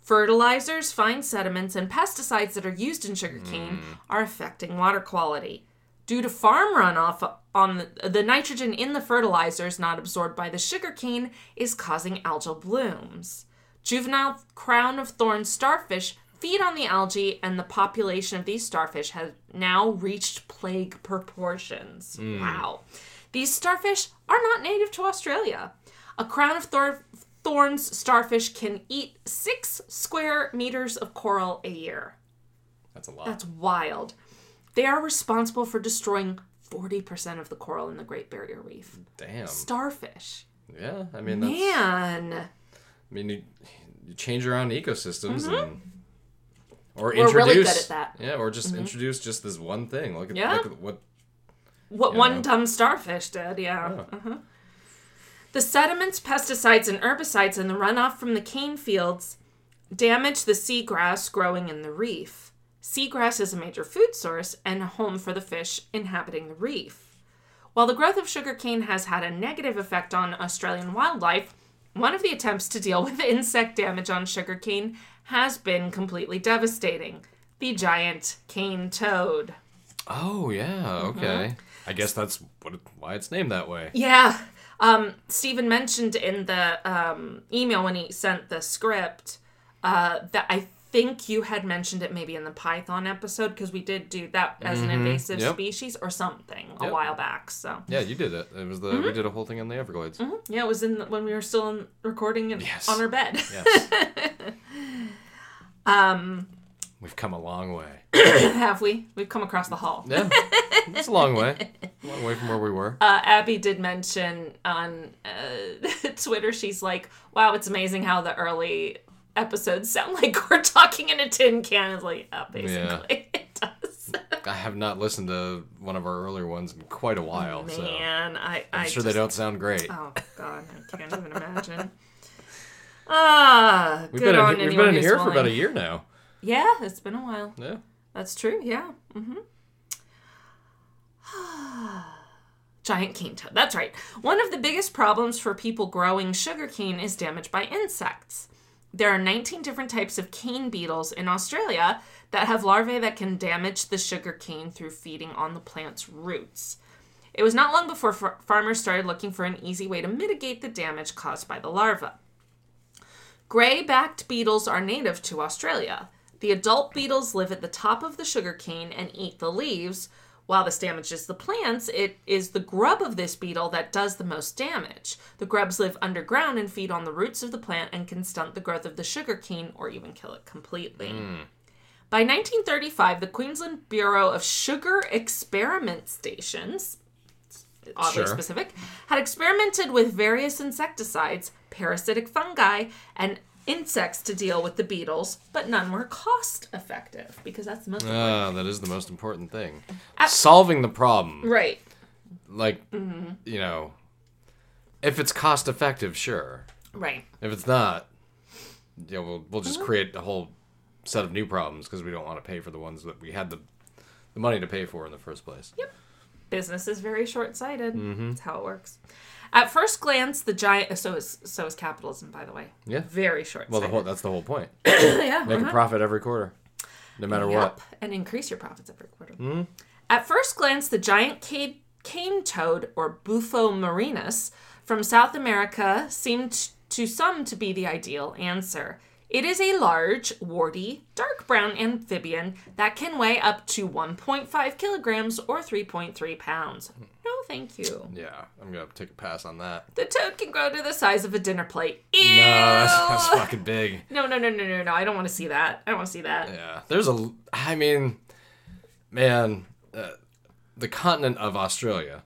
[SPEAKER 3] Fertilizers, fine sediments, and pesticides that are used in sugarcane are affecting water quality. Due to farm runoff on the, the nitrogen in the fertilizers not absorbed by the sugarcane is causing algal blooms. Juvenile crown of thorns starfish feed on the algae, and the population of these starfish has now reached plague proportions. Wow. These starfish are not native to Australia. A crown of thor- thorns starfish can eat six square meters of coral a year.
[SPEAKER 2] That's a lot.
[SPEAKER 3] That's wild. They are responsible for destroying 40% of the coral in the Great Barrier Reef.
[SPEAKER 2] Damn.
[SPEAKER 3] Starfish.
[SPEAKER 2] Yeah. I mean, that's,
[SPEAKER 3] Man.
[SPEAKER 2] I mean, you, you change around ecosystems and or
[SPEAKER 3] Mm-hmm. We're
[SPEAKER 2] introduce.
[SPEAKER 3] really good at that. Mm-hmm.
[SPEAKER 2] Yeah, or just introduce just this one thing. Look at,
[SPEAKER 3] Yeah.
[SPEAKER 2] look at what.
[SPEAKER 3] What
[SPEAKER 2] Yeah.
[SPEAKER 3] one dumb starfish did, yeah.
[SPEAKER 2] Yeah.
[SPEAKER 3] Uh-huh. The sediments, pesticides, and herbicides in the runoff from the cane fields damage the seagrass growing in the reef. Seagrass is a major food source and a home for the fish inhabiting the reef. While the growth of sugarcane has had a negative effect on Australian wildlife, one of the attempts to deal [laughs] with insect damage on sugarcane has been completely devastating the giant cane toad.
[SPEAKER 2] Oh yeah.
[SPEAKER 3] Mm-hmm.
[SPEAKER 2] Okay. I guess that's what it- why it's named that way.
[SPEAKER 3] Yeah. Um, Stephen mentioned in the um, email when he sent the script uh, that I think you had mentioned it maybe in the Python episode because we did do that as an invasive
[SPEAKER 2] Mm-hmm. Yep.
[SPEAKER 3] species or something a
[SPEAKER 2] Yep.
[SPEAKER 3] while back. So
[SPEAKER 2] Yeah, you did it. It was the
[SPEAKER 3] Mm-hmm.
[SPEAKER 2] we did a whole thing in the Everglades.
[SPEAKER 3] yeah, it was in the, when we were still in recording and
[SPEAKER 2] Yes.
[SPEAKER 3] on our bed.
[SPEAKER 2] Yes.
[SPEAKER 3] [laughs]
[SPEAKER 2] um.
[SPEAKER 3] Um.
[SPEAKER 2] We've come a long way.
[SPEAKER 3] [laughs] Have we? We've come across the hall.
[SPEAKER 2] Yeah. It's a long way. A long way from where we were.
[SPEAKER 3] Uh, Abby did mention on uh, [laughs] Twitter, she's like, "Wow, it's amazing how the early episodes sound like we're [laughs] talking in a tin can." It's like, yeah, basically, [laughs] it does.
[SPEAKER 2] I have not listened to one of our earlier ones in quite a while, so I'm
[SPEAKER 3] Man, I, I
[SPEAKER 2] sure
[SPEAKER 3] just,
[SPEAKER 2] they don't sound great.
[SPEAKER 3] Oh God, I can't
[SPEAKER 2] [laughs]
[SPEAKER 3] even imagine. Ah,
[SPEAKER 2] we've
[SPEAKER 3] good
[SPEAKER 2] been
[SPEAKER 3] on
[SPEAKER 2] in, we've
[SPEAKER 3] anyone
[SPEAKER 2] been in
[SPEAKER 3] who's
[SPEAKER 2] here for about a
[SPEAKER 3] willing.
[SPEAKER 2] year now.
[SPEAKER 3] Yeah, it's been a while.
[SPEAKER 2] Yeah.
[SPEAKER 3] That's true. Yeah. Mm-hmm. [sighs] Giant cane toad. That's right. One of the biggest problems for people growing sugarcane is damage by insects. There are 19 different types of cane beetles in Australia that have larvae that can damage the sugarcane through feeding on the plant's roots. It was not long before far- farmers started looking for an easy way to mitigate the damage caused by the larva. Gray backed beetles are native to Australia. The adult beetles live at the top of the sugarcane and eat the leaves. While this damages the plants, it is the grub of this beetle that does the most damage. The grubs live underground and feed on the roots of the plant and can stunt the growth of the sugarcane or even kill it completely. By 1935, the Queensland Bureau of Sugar Experiment Stations, oddly
[SPEAKER 2] Sure.
[SPEAKER 3] specific, had experimented with various insecticides, parasitic fungi, and insects to deal with the beetles, but none were cost effective because that's the most
[SPEAKER 2] Ah, that is the most important thing.
[SPEAKER 3] Uh,
[SPEAKER 2] Solving the problem.
[SPEAKER 3] right.
[SPEAKER 2] Like,
[SPEAKER 3] Mm-hmm.
[SPEAKER 2] you know, if it's cost effective, sure.
[SPEAKER 3] Right.
[SPEAKER 2] If it's not, you know, we'll, we'll
[SPEAKER 3] Mm-hmm.
[SPEAKER 2] just create a whole set of new problems because we don't want to pay for the ones that we had the, the money to pay for in the first place. Yep.
[SPEAKER 3] business is very short-sighted.
[SPEAKER 2] Mm-hmm.
[SPEAKER 3] That's how it works. At first glance, the giant so is so is capitalism, by the way.
[SPEAKER 2] Yeah.
[SPEAKER 3] Very short-sighted.
[SPEAKER 2] Well, the whole, that's the whole point.
[SPEAKER 3] [laughs] yeah.
[SPEAKER 2] Make a profit every quarter, no matter what. Hmm?
[SPEAKER 3] Yep, and increase your profits every quarter. At first glance, the giant cave, cane toad, or Bufo marinus, from South America seemed to some to be the ideal answer. It is a large, warty, dark brown amphibian that can weigh up to 1.5 kilograms or 3.3 pounds. No, thank you.
[SPEAKER 2] Yeah, I'm gonna take a pass on that.
[SPEAKER 3] The toad can grow to the size of a dinner plate. Ew!
[SPEAKER 2] No, that's, that's fucking big.
[SPEAKER 3] no, no, no, no, no, no. I don't want to see that. I don't want to see that.
[SPEAKER 2] Yeah, there's a. I mean, man, uh, the continent of Australia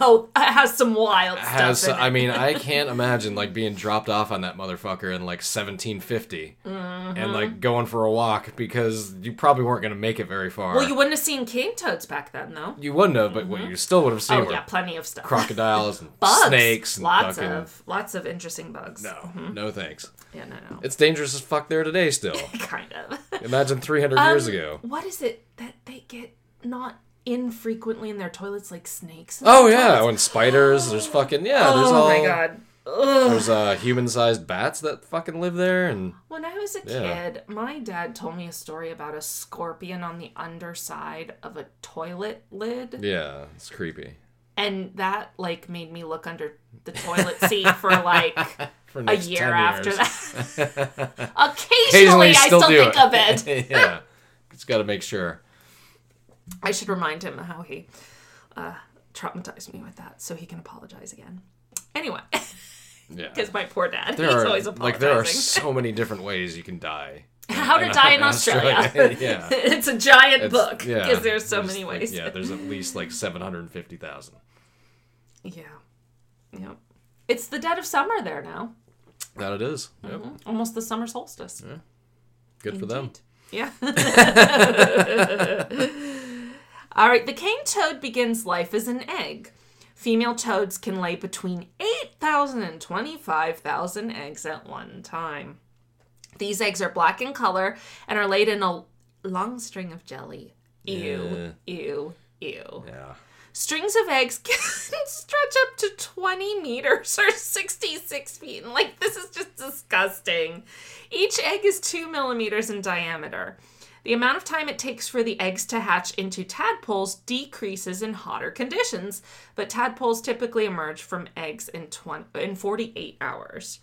[SPEAKER 3] Oh, it has some wild
[SPEAKER 2] has.
[SPEAKER 3] stuff. in
[SPEAKER 2] I
[SPEAKER 3] it.
[SPEAKER 2] mean, I can't imagine like being dropped off on that motherfucker in like 1750
[SPEAKER 3] Mm-hmm.
[SPEAKER 2] and like going for a walk because you probably weren't gonna make it very far.
[SPEAKER 3] well, you wouldn't have seen king toads back then, though.
[SPEAKER 2] You wouldn't have, but what you still would have seen
[SPEAKER 3] Oh
[SPEAKER 2] were
[SPEAKER 3] yeah, plenty of stuff.
[SPEAKER 2] crocodiles and
[SPEAKER 3] bugs.
[SPEAKER 2] snakes and
[SPEAKER 3] lots
[SPEAKER 2] fucking.
[SPEAKER 3] of Mm-hmm. lots of interesting bugs.
[SPEAKER 2] No, no thanks.
[SPEAKER 3] Yeah, no, [laughs] no.
[SPEAKER 2] It's dangerous as fuck there
[SPEAKER 3] [laughs]
[SPEAKER 2] today. Still,
[SPEAKER 3] kind of.
[SPEAKER 2] imagine 300 years
[SPEAKER 3] Um,
[SPEAKER 2] ago.
[SPEAKER 3] What is it that they get not infrequently in their toilets like snakes? and
[SPEAKER 2] Oh
[SPEAKER 3] stuff?
[SPEAKER 2] yeah, oh, and spiders. There's fucking yeah. There's
[SPEAKER 3] Oh
[SPEAKER 2] all,
[SPEAKER 3] my god. Ugh.
[SPEAKER 2] There's uh, human-sized bats that fucking live there, and
[SPEAKER 3] When I was a
[SPEAKER 2] Yeah.
[SPEAKER 3] kid, my dad told me a story about a scorpion on the underside of a toilet lid.
[SPEAKER 2] yeah, it's creepy.
[SPEAKER 3] and that like made me look under the toilet seat for like
[SPEAKER 2] [laughs] For
[SPEAKER 3] a
[SPEAKER 2] next
[SPEAKER 3] year
[SPEAKER 2] 10
[SPEAKER 3] after
[SPEAKER 2] years.
[SPEAKER 3] that.
[SPEAKER 2] [laughs]
[SPEAKER 3] [laughs]
[SPEAKER 2] Occasionally,
[SPEAKER 3] Occasionally,
[SPEAKER 2] you
[SPEAKER 3] I
[SPEAKER 2] still,
[SPEAKER 3] still
[SPEAKER 2] do
[SPEAKER 3] think of it.
[SPEAKER 2] it. [laughs] yeah, just got to make sure.
[SPEAKER 3] [laughs] I should remind him how he uh, traumatized me with that, so he can apologize again. Anyway, [laughs]
[SPEAKER 2] Yeah,
[SPEAKER 3] because my poor dad,
[SPEAKER 2] there
[SPEAKER 3] he's
[SPEAKER 2] are
[SPEAKER 3] always apologizing.
[SPEAKER 2] like there are
[SPEAKER 3] [laughs]
[SPEAKER 2] so many different ways you can die.
[SPEAKER 3] how to die in
[SPEAKER 2] [laughs]
[SPEAKER 3] Australia.
[SPEAKER 2] yeah.
[SPEAKER 3] [laughs] it's a giant
[SPEAKER 2] It's-
[SPEAKER 3] book because
[SPEAKER 2] yeah,
[SPEAKER 3] there's so
[SPEAKER 2] there's,
[SPEAKER 3] many
[SPEAKER 2] like,
[SPEAKER 3] ways.
[SPEAKER 2] yeah, there's at least like seven hundred fifty thousand.
[SPEAKER 3] yeah, yeah. It's the dead of summer there now, Mm,
[SPEAKER 2] That it is. Yep.
[SPEAKER 3] Mm-hmm. almost the summer solstice.
[SPEAKER 2] Good for them.
[SPEAKER 3] Yeah. [laughs] All right, the cane toad begins life as an egg. Female toads can lay between 8,000 and 25,000 eggs at one time. These eggs are black in color and are laid in a long string of jelly. Ew, ew, ew.
[SPEAKER 2] Yeah.
[SPEAKER 3] Strings of eggs [laughs] can stretch up to 20 meters or 66 feet. And like, this is just disgusting. Each egg is two millimeters in diameter. The amount of time it takes for the eggs to hatch into tadpoles decreases in hotter conditions, but tadpoles typically emerge from eggs in, 20, in 48 hours.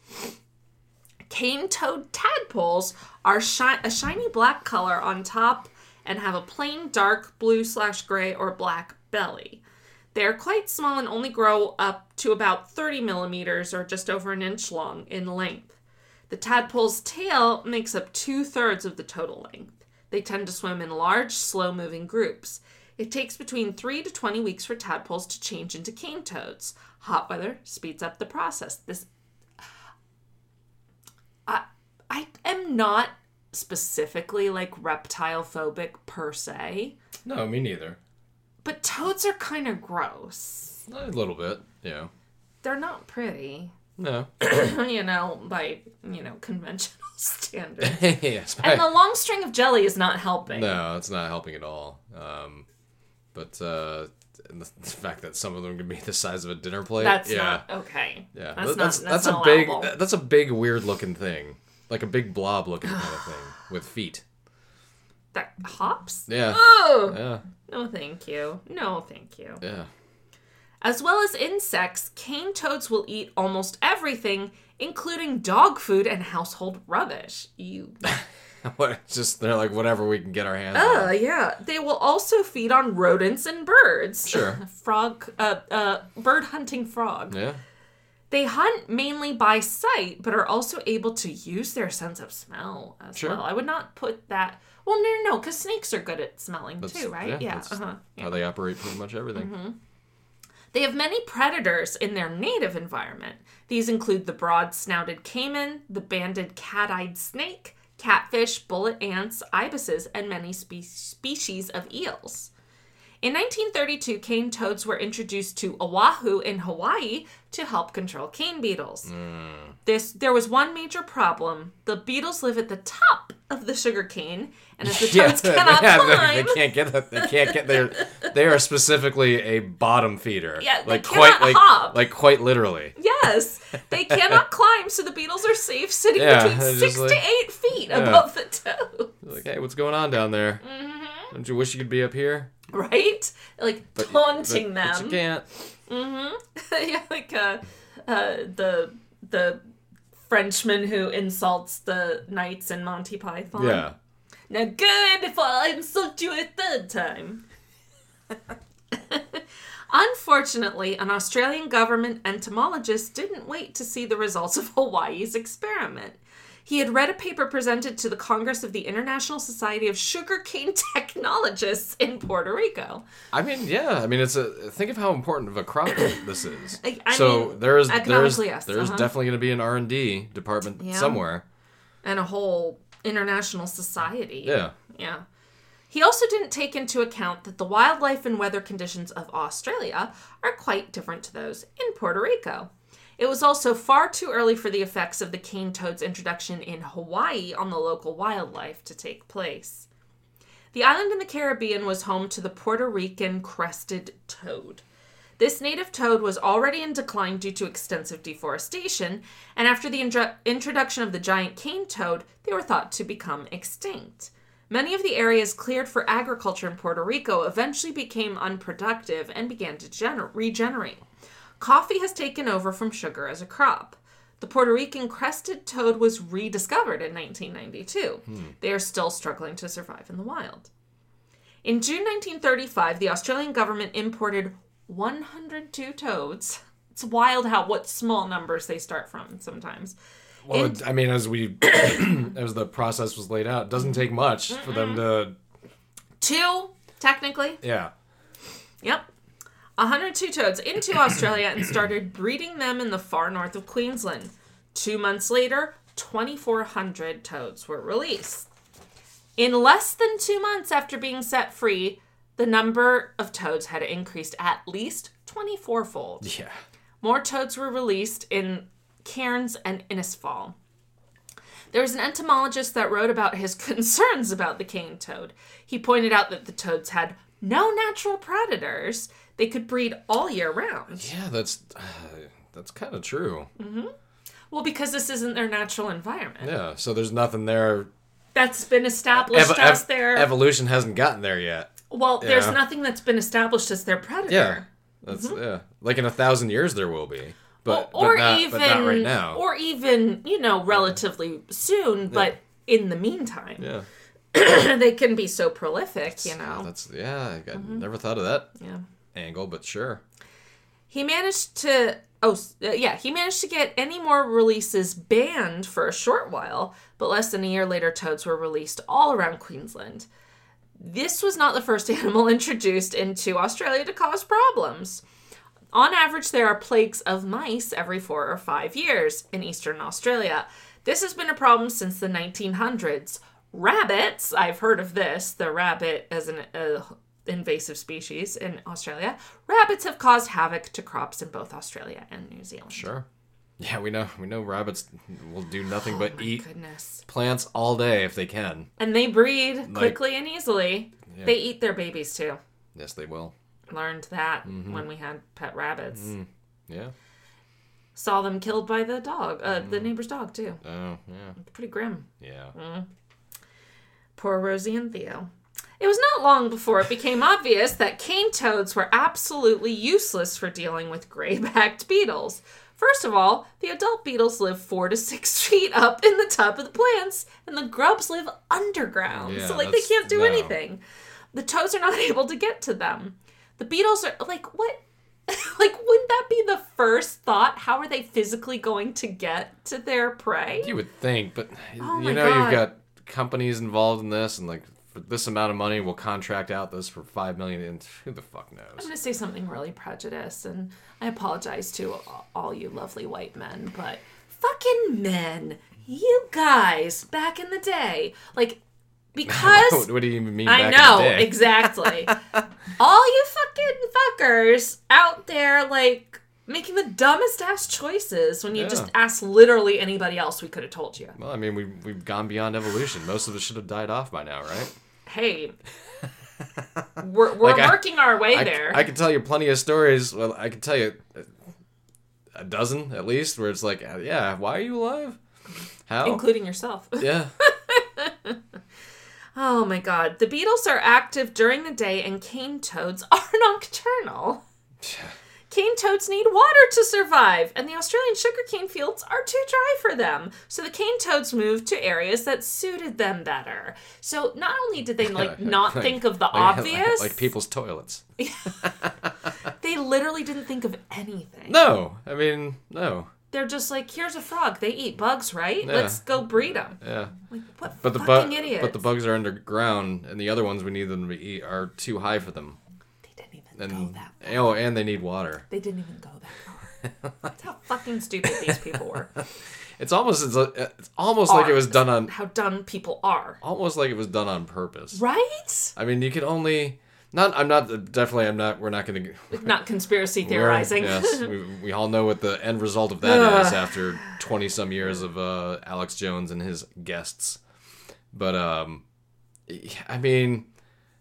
[SPEAKER 3] Cane toad tadpoles are shi- a shiny black color on top and have a plain dark blue slash gray or black belly. They are quite small and only grow up to about 30 millimeters or just over an inch long in length. The tadpole's tail makes up two thirds of the total length. They tend to swim in large, slow moving groups. It takes between 3 to 20 weeks for tadpoles to change into cane toads. Hot weather speeds up the process. This I am not specifically like reptile phobic per se,
[SPEAKER 2] No, me neither.
[SPEAKER 3] but toads are kind of gross.
[SPEAKER 2] A little bit. Yeah.
[SPEAKER 3] They're not pretty, [clears throat]
[SPEAKER 2] No. [laughs]
[SPEAKER 3] you know, by, you know, conventional [laughs] standards.
[SPEAKER 2] yes.
[SPEAKER 3] And the long string of jelly is not helping.
[SPEAKER 2] No, it's not helping at all. Um, but uh, and the, the fact that some of them can be the size of a dinner plate.
[SPEAKER 3] That's
[SPEAKER 2] yeah,
[SPEAKER 3] not okay.
[SPEAKER 2] yeah.
[SPEAKER 3] That's,
[SPEAKER 2] That-
[SPEAKER 3] not, that's,
[SPEAKER 2] a
[SPEAKER 3] not
[SPEAKER 2] big. uh,
[SPEAKER 3] allowable.
[SPEAKER 2] that- That's a big weird looking thing, like a big blob looking kind of
[SPEAKER 3] [sighs]
[SPEAKER 2] thing with feet.
[SPEAKER 3] that hops?
[SPEAKER 2] Yeah,
[SPEAKER 3] Oh,
[SPEAKER 2] yeah,
[SPEAKER 3] no, thank you. No, thank you.
[SPEAKER 2] yeah. [laughs]
[SPEAKER 3] As well as insects, cane toads will eat almost everything, including dog food and household rubbish.
[SPEAKER 2] [laughs]
[SPEAKER 3] You
[SPEAKER 2] What? it's Just they're like whatever we can get our hands
[SPEAKER 3] Uh,
[SPEAKER 2] on.
[SPEAKER 3] yeah. They will also feed on rodents and birds.
[SPEAKER 2] Sure.
[SPEAKER 3] [laughs] Frog, uh, uh, bird hunting frog.
[SPEAKER 2] Yeah,
[SPEAKER 3] They hunt mainly by sight, but are also able to use their sense of smell as
[SPEAKER 2] Sure.
[SPEAKER 3] well. I would not put that. Well, no, no, no, because snakes are good at smelling
[SPEAKER 2] That's-
[SPEAKER 3] too, right?
[SPEAKER 2] yeah,
[SPEAKER 3] Yeah. Mm-hmm.
[SPEAKER 2] that's-
[SPEAKER 3] uh-huh.
[SPEAKER 2] how they operate pretty much everything. [laughs]
[SPEAKER 3] They have many predators in their native environment. These include the broad snouted caiman, the banded cat eyed snake, catfish, bullet ants, ibises, and many spe- species of eels. In 1932, cane toads were introduced to Oahu in Hawaii to help control cane beetles.
[SPEAKER 2] Hmm.
[SPEAKER 3] This there was one major problem. The beetles live at the top of the sugar cane, and as the toads cannot
[SPEAKER 2] [laughs] yeah, they-
[SPEAKER 3] climb,
[SPEAKER 2] They, can't get that. They can't get there. They are specifically a bottom feeder.
[SPEAKER 3] Yeah, they
[SPEAKER 2] like
[SPEAKER 3] cannot
[SPEAKER 2] quite, like,
[SPEAKER 3] hop.
[SPEAKER 2] like quite literally.
[SPEAKER 3] Yes, they cannot
[SPEAKER 2] [laughs]
[SPEAKER 3] climb, so the beetles are safe sitting
[SPEAKER 2] Yeah,
[SPEAKER 3] between
[SPEAKER 2] they're
[SPEAKER 3] six
[SPEAKER 2] just
[SPEAKER 3] to
[SPEAKER 2] like-
[SPEAKER 3] eight feet
[SPEAKER 2] Yeah.
[SPEAKER 3] above the toe,
[SPEAKER 2] Like, hey, what's going on down there?
[SPEAKER 3] Mm-hmm.
[SPEAKER 2] Don't you wish you could be up here?
[SPEAKER 3] [laughs] right? Like
[SPEAKER 2] But-
[SPEAKER 3] taunting
[SPEAKER 2] but- But you
[SPEAKER 3] them. [laughs]
[SPEAKER 2] can't.
[SPEAKER 3] yeah, like uh, uh, the the Frenchman who insults the knights in Monty Python.
[SPEAKER 2] Yeah.
[SPEAKER 3] Now go in before I insult you a third time. [laughs] Unfortunately, an Australian government entomologist didn't wait to see the results of Hawaii's experiment. He had read a paper presented to the Congress of the International Society of Sugarcane Technologists in Puerto Rico.
[SPEAKER 2] I mean, yeah. I mean, it's a think of how important of a crop [coughs] this is.
[SPEAKER 3] I- I
[SPEAKER 2] so
[SPEAKER 3] mean,
[SPEAKER 2] there is there is
[SPEAKER 3] economically, yes,
[SPEAKER 2] there is
[SPEAKER 3] uh-huh.
[SPEAKER 2] definitely going to be an R and D department
[SPEAKER 3] Yeah.
[SPEAKER 2] somewhere.
[SPEAKER 3] and a whole international society.
[SPEAKER 2] Yeah.
[SPEAKER 3] Yeah. He also didn't take into account that the wildlife and weather conditions of Australia are quite different to those in Puerto Rico. It was also far too early for the effects of the cane toad's introduction in Hawaii on the local wildlife to take place. The island in the Caribbean was home to the Puerto Rican crested toad. This native toad was already in decline due to extensive deforestation, and after the indru- introduction of the giant cane toad, they were thought to become extinct. Many of the areas cleared for agriculture in Puerto Rico eventually became unproductive and began to gener- regenerate. Coffee has taken over from sugar as a crop. The Puerto Rican crested toad was rediscovered in 1992. They are still struggling to survive in the wild. In June 1935, the Australian government imported 102 toads. It's wild how what small numbers they start from sometimes.
[SPEAKER 2] Well,
[SPEAKER 3] And-
[SPEAKER 2] it- I mean, as we [coughs] as the process was laid out, it doesn't take much for them to
[SPEAKER 3] Two, technically.
[SPEAKER 2] yeah.
[SPEAKER 3] Yep. 102 toads into Australia and started breeding them in the far north of Queensland. Two months later, 2,400 toads were released. In less than two months after being set free, the number of toads had increased at least 24 fold.
[SPEAKER 2] Yeah.
[SPEAKER 3] More toads were released in Cairns and Innisfall. There was an entomologist that wrote about his [laughs] concerns about the cane toad. He pointed out that the toads had no natural predators. They could breed all year round.
[SPEAKER 2] Yeah, that's [sighs] that's kind of true.
[SPEAKER 3] Mm-hmm. Well, because this isn't their natural environment.
[SPEAKER 2] Yeah, so there's nothing there.
[SPEAKER 3] That's been established
[SPEAKER 2] Ev-
[SPEAKER 3] as
[SPEAKER 2] ev-
[SPEAKER 3] their
[SPEAKER 2] Evolution hasn't gotten there yet.
[SPEAKER 3] well, there's
[SPEAKER 2] Yeah.
[SPEAKER 3] nothing that's been established as their predator.
[SPEAKER 2] Yeah, that's yeah. Like in a thousand years, there will be, but
[SPEAKER 3] Mm-hmm. or
[SPEAKER 2] but not,
[SPEAKER 3] even
[SPEAKER 2] but not right now.
[SPEAKER 3] or even, you know, relatively soon, but in the meantime.
[SPEAKER 2] yeah,
[SPEAKER 3] [clears throat] they can be so prolific, you know.
[SPEAKER 2] that's yeah. I, I never thought of that
[SPEAKER 3] Mm-hmm. Yeah.
[SPEAKER 2] angle, but sure.
[SPEAKER 3] He managed to oh s- uh, yeah, he managed to get any more releases banned for a short while, but less than a year later toads were released all around Queensland. This was not the first [laughs] animal introduced into Australia to cause problems. On average, there are plagues of mice every four or five years in eastern Australia. This has been a problem since the 1900s. Rabbits, I've heard of this, the rabbit as an uh, invasive species in Australia. Rabbits have caused havoc to crops in both Australia and New Zealand.
[SPEAKER 2] Sure. Yeah, we know we know rabbits will do nothing but eat
[SPEAKER 3] Oh Goodness.
[SPEAKER 2] plants all day if they can.
[SPEAKER 3] And they breed quickly and easily. They eat their babies too.
[SPEAKER 2] Yes, they will.
[SPEAKER 3] Learned that when we had pet rabbits.
[SPEAKER 2] Yeah.
[SPEAKER 3] Saw them killed by the dog, uh, the neighbor's dog too.
[SPEAKER 2] Oh, yeah.
[SPEAKER 3] Pretty grim.
[SPEAKER 2] Yeah.
[SPEAKER 3] Mm. Poor Rosie and Theo. It was not long before it became obvious that cane toads were absolutely useless for dealing with gray backed beetles. First of all, the adult beetles live four to six [laughs] feet up in the top of the plants, and the grubs live underground.
[SPEAKER 2] Yeah,
[SPEAKER 3] so, like, they
[SPEAKER 2] that's-
[SPEAKER 3] can't do
[SPEAKER 2] no.
[SPEAKER 3] anything. The toads are not [laughs] able to get to them. The beetles are, like, what? [laughs] like, wouldn't that be the first thought? How are they physically going to get to their prey?
[SPEAKER 2] You would think, but
[SPEAKER 3] Oh my
[SPEAKER 2] you know
[SPEAKER 3] God.
[SPEAKER 2] you've got companies involved in this, and like for this amount of money, we'll contract out this for five million. And who the fuck
[SPEAKER 3] I'm
[SPEAKER 2] knows?
[SPEAKER 3] going to say something really prejudiced, and I apologize to all you lovely white men, but fucking men, you guys back in the day, like,
[SPEAKER 2] [laughs]
[SPEAKER 3] because
[SPEAKER 2] What, [laughs] what do you even mean?
[SPEAKER 3] I
[SPEAKER 2] back in
[SPEAKER 3] know,
[SPEAKER 2] the day? [laughs]
[SPEAKER 3] exactly. all you fucking fuckers out there, like, making the dumbest ass choices when you just
[SPEAKER 2] Yeah.
[SPEAKER 3] ask literally anybody else we could have told you.
[SPEAKER 2] Well, I mean, we we've gone beyond evolution. Most of us should have died off by now, right? [laughs]
[SPEAKER 3] Hey, we're, we're
[SPEAKER 2] Like, I-
[SPEAKER 3] working our way
[SPEAKER 2] I,
[SPEAKER 3] there.
[SPEAKER 2] I can tell you plenty of stories. Well, I can tell you a- a dozen at least, where it's like, uh, yeah, why are you alive? How?
[SPEAKER 3] Including yourself. [laughs]
[SPEAKER 2] yeah,
[SPEAKER 3] Oh my god. The [laughs] beetles are active during the day and cane toads are nocturnal. Cane toads need water to survive, and the Australian sugarcane fields are too dry for them. So the cane toads moved to areas that suited them better. So not only did they
[SPEAKER 2] [laughs]
[SPEAKER 3] like not think of the obvious,
[SPEAKER 2] like [laughs] people's toilets.
[SPEAKER 3] they literally didn't think of anything.
[SPEAKER 2] No, I mean no.
[SPEAKER 3] They're just like, here's a frog. They eat bugs, right?
[SPEAKER 2] Yeah.
[SPEAKER 3] Let's go breed them.
[SPEAKER 2] Yeah,
[SPEAKER 3] Like what
[SPEAKER 2] but the
[SPEAKER 3] fucking
[SPEAKER 2] bu-
[SPEAKER 3] idiots?
[SPEAKER 2] but the bugs are underground, and the other ones we need them to eat are too high for them.
[SPEAKER 3] they didn't even
[SPEAKER 2] And
[SPEAKER 3] go that.
[SPEAKER 2] oh, and they need water.
[SPEAKER 3] They didn't even go that far. That's how fucking stupid these people were.
[SPEAKER 2] It's almost it's, a- it's
[SPEAKER 3] Oh,
[SPEAKER 2] almost like it was done on
[SPEAKER 3] How dumb people are.
[SPEAKER 2] almost like it was done on purpose. [laughs]
[SPEAKER 3] Right?
[SPEAKER 2] I mean, you can only not. I'm not definitely. I'm not. [laughs] We're not going to
[SPEAKER 3] Not conspiracy theorizing.
[SPEAKER 2] yes, we, we all know what the end result of that is after twenty some years of uh, Alex Jones and his guests. But um, I mean,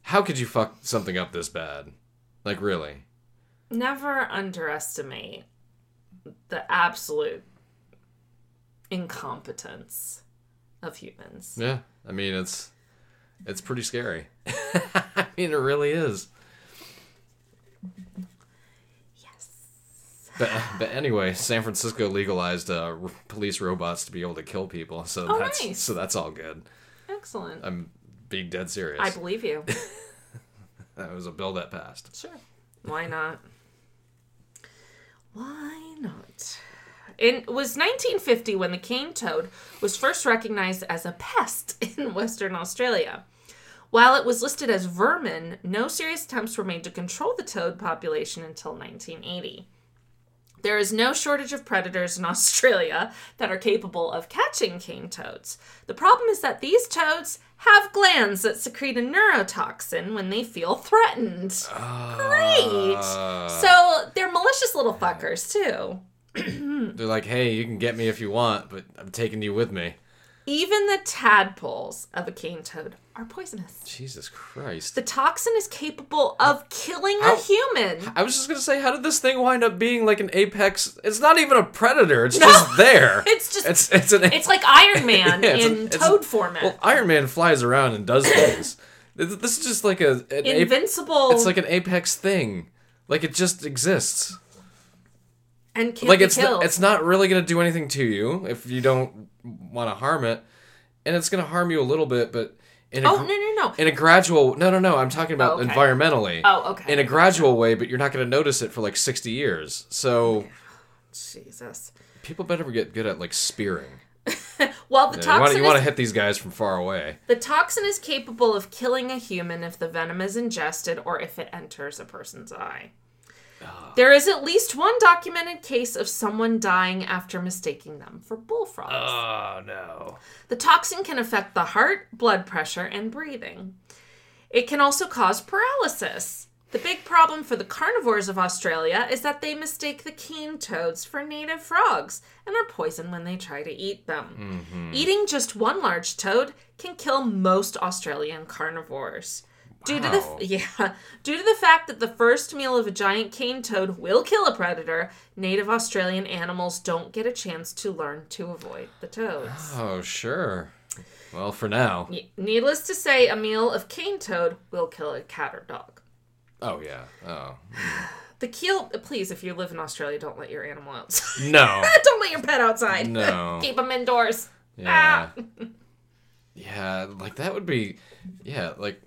[SPEAKER 2] how could you fuck something up this bad? Like really?
[SPEAKER 3] [laughs] Never underestimate the absolute incompetence of humans.
[SPEAKER 2] Yeah. I mean, it's it's
[SPEAKER 3] [laughs]
[SPEAKER 2] pretty scary. I mean, it really is. Yes. But, uh, but anyway, San Francisco legalized uh, r- police robots to be able to kill people, so
[SPEAKER 3] Oh,
[SPEAKER 2] that's
[SPEAKER 3] nice.
[SPEAKER 2] so that's all good.
[SPEAKER 3] Excellent.
[SPEAKER 2] I'm being dead serious.
[SPEAKER 3] I believe you.
[SPEAKER 2] That was a bill that passed.
[SPEAKER 3] Sure. Why not? Why not? It was 1950 when the cane toad was first recognized as a pest [laughs] in Western Australia. While it was listed as vermin, no serious attempts were made to control the toad population until 1980. There is no shortage of predators in [laughs] Australia that are capable of catching cane toads. The problem is that these toads have glands that secrete a neurotoxin when they feel threatened. Great!
[SPEAKER 2] Uh,
[SPEAKER 3] So they're malicious little fuckers, too.
[SPEAKER 2] They're like, hey, you can get me if you want, but I'm taking you with me.
[SPEAKER 3] Even the tadpoles of a cane toad are poisonous.
[SPEAKER 2] Jesus Christ.
[SPEAKER 3] The toxin is capable of killing a
[SPEAKER 2] How-
[SPEAKER 3] human.
[SPEAKER 2] I was just gonna say, how did this thing wind up being like an apex? It's not even a predator. It's just there.
[SPEAKER 3] [laughs] It's just-
[SPEAKER 2] it's it's an [laughs]
[SPEAKER 3] It's like Iron Man
[SPEAKER 2] Yeah, it's a-
[SPEAKER 3] in
[SPEAKER 2] it's a-
[SPEAKER 3] toad format.
[SPEAKER 2] Well, Iron Man flies around and does
[SPEAKER 3] [coughs]
[SPEAKER 2] things. this this is just like a an ape-
[SPEAKER 3] Invincible
[SPEAKER 2] it's like an apex thing. Like it just exists.
[SPEAKER 3] and can
[SPEAKER 2] like
[SPEAKER 3] be
[SPEAKER 2] it's
[SPEAKER 3] killed.
[SPEAKER 2] it's not really gonna do anything to you if you don't want to harm it, and it's gonna harm you a little bit, but in a
[SPEAKER 3] oh,
[SPEAKER 2] gr-
[SPEAKER 3] no, no, no.
[SPEAKER 2] in a gradual no no no i'm talking about
[SPEAKER 3] Oh, okay.
[SPEAKER 2] environmentally
[SPEAKER 3] Oh, okay.
[SPEAKER 2] in a gradual way but you're not going to notice it for like 60 years so
[SPEAKER 3] Jesus.
[SPEAKER 2] people better get good at like spearing
[SPEAKER 3] Well, the
[SPEAKER 2] you
[SPEAKER 3] toxin
[SPEAKER 2] want, you want to
[SPEAKER 3] is
[SPEAKER 2] hit these guys from far away
[SPEAKER 3] The toxin is capable of killing a human if the venom is ingested or if it enters a person's eye. There is at least one documented case of someone dying after mistaking them for bullfrogs.
[SPEAKER 2] oh no
[SPEAKER 3] The toxin can affect the heart, blood pressure, and breathing. It can also cause paralysis. The big problem for the carnivores of Australia is that they mistake the cane toads for native frogs and are poisoned when they try to eat them. Eating just one large toad can kill most Australian carnivores. Due to the
[SPEAKER 2] Wow.
[SPEAKER 3] f- [laughs] yeah, due to the fact that the first meal of a giant cane toad will kill a predator, native Australian animals don't get a chance to learn to avoid the toads.
[SPEAKER 2] oh sure well for now
[SPEAKER 3] Ne- Needless to say, a meal of cane toad will kill a cat or dog.
[SPEAKER 2] oh yeah oh
[SPEAKER 3] The keel, please, if you live in Australia, don't let your animal outside.
[SPEAKER 2] no
[SPEAKER 3] [laughs] don't let your pet outside.
[SPEAKER 2] No.
[SPEAKER 3] [laughs] Keep them indoors. Ah,
[SPEAKER 2] yeah yeah like that would be yeah like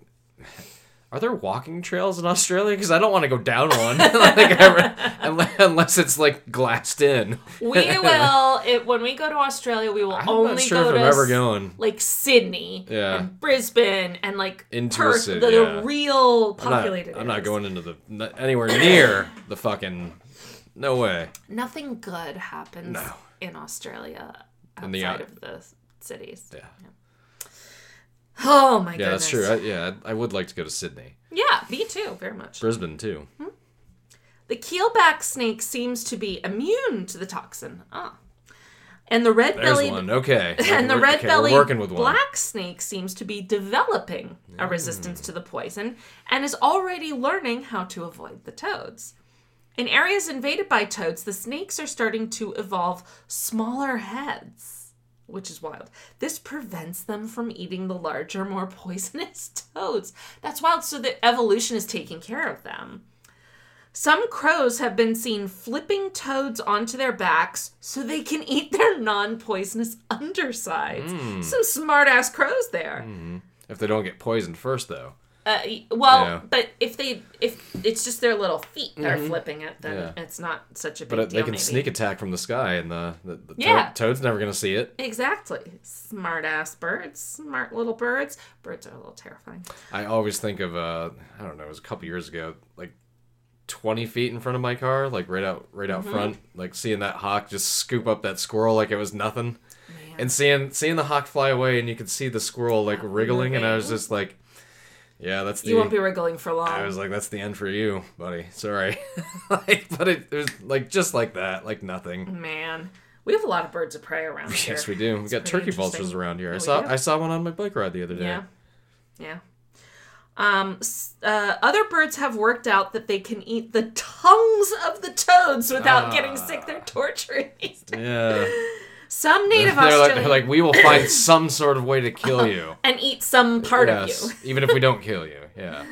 [SPEAKER 2] are there walking trails in Australia? Because I don't want to go down one, [laughs] like, I re- unle- unless it's like glassed in.
[SPEAKER 3] We
[SPEAKER 2] [laughs]
[SPEAKER 3] will, it, when we go to Australia, we will
[SPEAKER 2] I'm
[SPEAKER 3] only
[SPEAKER 2] not sure
[SPEAKER 3] go
[SPEAKER 2] if
[SPEAKER 3] to
[SPEAKER 2] I'm ever
[SPEAKER 3] s-
[SPEAKER 2] going.
[SPEAKER 3] like Sydney
[SPEAKER 2] Yeah.
[SPEAKER 3] and Brisbane and like
[SPEAKER 2] Into a
[SPEAKER 3] Perth,
[SPEAKER 2] city,
[SPEAKER 3] the,
[SPEAKER 2] yeah.
[SPEAKER 3] real
[SPEAKER 2] I'm not-
[SPEAKER 3] populated.
[SPEAKER 2] I'm not,
[SPEAKER 3] areas.
[SPEAKER 2] going into the not anywhere near the fucking. No way.
[SPEAKER 3] Nothing good happens
[SPEAKER 2] No.
[SPEAKER 3] in Australia outside
[SPEAKER 2] In the out-
[SPEAKER 3] of the cities.
[SPEAKER 2] Yeah,
[SPEAKER 3] Oh my
[SPEAKER 2] yeah,
[SPEAKER 3] goodness.
[SPEAKER 2] that's true. I, yeah, I would like to go to Sydney,
[SPEAKER 3] Yeah, me too, very much.
[SPEAKER 2] Brisbane too.
[SPEAKER 3] The keelback snake seems to be immune to the toxin. Ah. And the red
[SPEAKER 2] There's
[SPEAKER 3] bellied
[SPEAKER 2] one. Okay,
[SPEAKER 3] [laughs] and the
[SPEAKER 2] We're-
[SPEAKER 3] red
[SPEAKER 2] okay,
[SPEAKER 3] bellied
[SPEAKER 2] We're working with one.
[SPEAKER 3] black snake seems to be developing a resistance to the poison and is already learning how to avoid the toads. In areas invaded by toads, the snakes are starting to evolve smaller heads, which is wild. This prevents them from eating the larger, more [laughs] poisonous toads. That's wild. So the evolution is taking care of them. Some crows have been seen flipping toads onto their backs so they can eat their non poisonous undersides.
[SPEAKER 2] Hmm.
[SPEAKER 3] Some smart ass crows there.
[SPEAKER 2] If they don't get poisoned first, though.
[SPEAKER 3] Uh, y- well,
[SPEAKER 2] Yeah. Mm-hmm.
[SPEAKER 3] but if they, if it's just their little feet that are flipping it, then
[SPEAKER 2] Yeah.
[SPEAKER 3] it's not such a big
[SPEAKER 2] But it,
[SPEAKER 3] deal.
[SPEAKER 2] they can
[SPEAKER 3] maybe.
[SPEAKER 2] sneak attack from the sky, and the, the, the
[SPEAKER 3] Yeah.
[SPEAKER 2] toad, toad's never going to see it.
[SPEAKER 3] Exactly. Smart ass birds, smart little birds. Birds are a little terrifying.
[SPEAKER 2] I always think of, uh, I don't know, it was a couple years ago, like 20 feet in front of my car, like right out right
[SPEAKER 3] Mm-hmm.
[SPEAKER 2] out front, like seeing that hawk just scoop up that squirrel like it was nothing. And seeing seeing the hawk fly away, and you could see the squirrel like wriggling, and I was just like, yeah, that's the.
[SPEAKER 3] You won't be wriggling for long.
[SPEAKER 2] I was like, that's the end for you, buddy. Sorry. [laughs] like, but it, it was like just like that, like nothing.
[SPEAKER 3] Man, we have a lot of birds of prey around here.
[SPEAKER 2] [laughs] Yes, we do. We got
[SPEAKER 3] pretty
[SPEAKER 2] turkey
[SPEAKER 3] interesting.
[SPEAKER 2] vultures around here. I
[SPEAKER 3] we
[SPEAKER 2] saw
[SPEAKER 3] do.
[SPEAKER 2] I saw one on my bike ride the other day.
[SPEAKER 3] Yeah. Yeah. Um, s- uh, other birds have worked out that they can eat the tongues of the toads
[SPEAKER 2] Ah.
[SPEAKER 3] without getting sick. They're torturing these.
[SPEAKER 2] [laughs] Yeah.
[SPEAKER 3] Some native
[SPEAKER 2] they're, like,
[SPEAKER 3] Australian
[SPEAKER 2] they're like, we
[SPEAKER 3] [laughs]
[SPEAKER 2] will find some sort of way to kill you.
[SPEAKER 3] and eat some [laughs] part of you.
[SPEAKER 2] yes, even if we don't kill you. Yeah.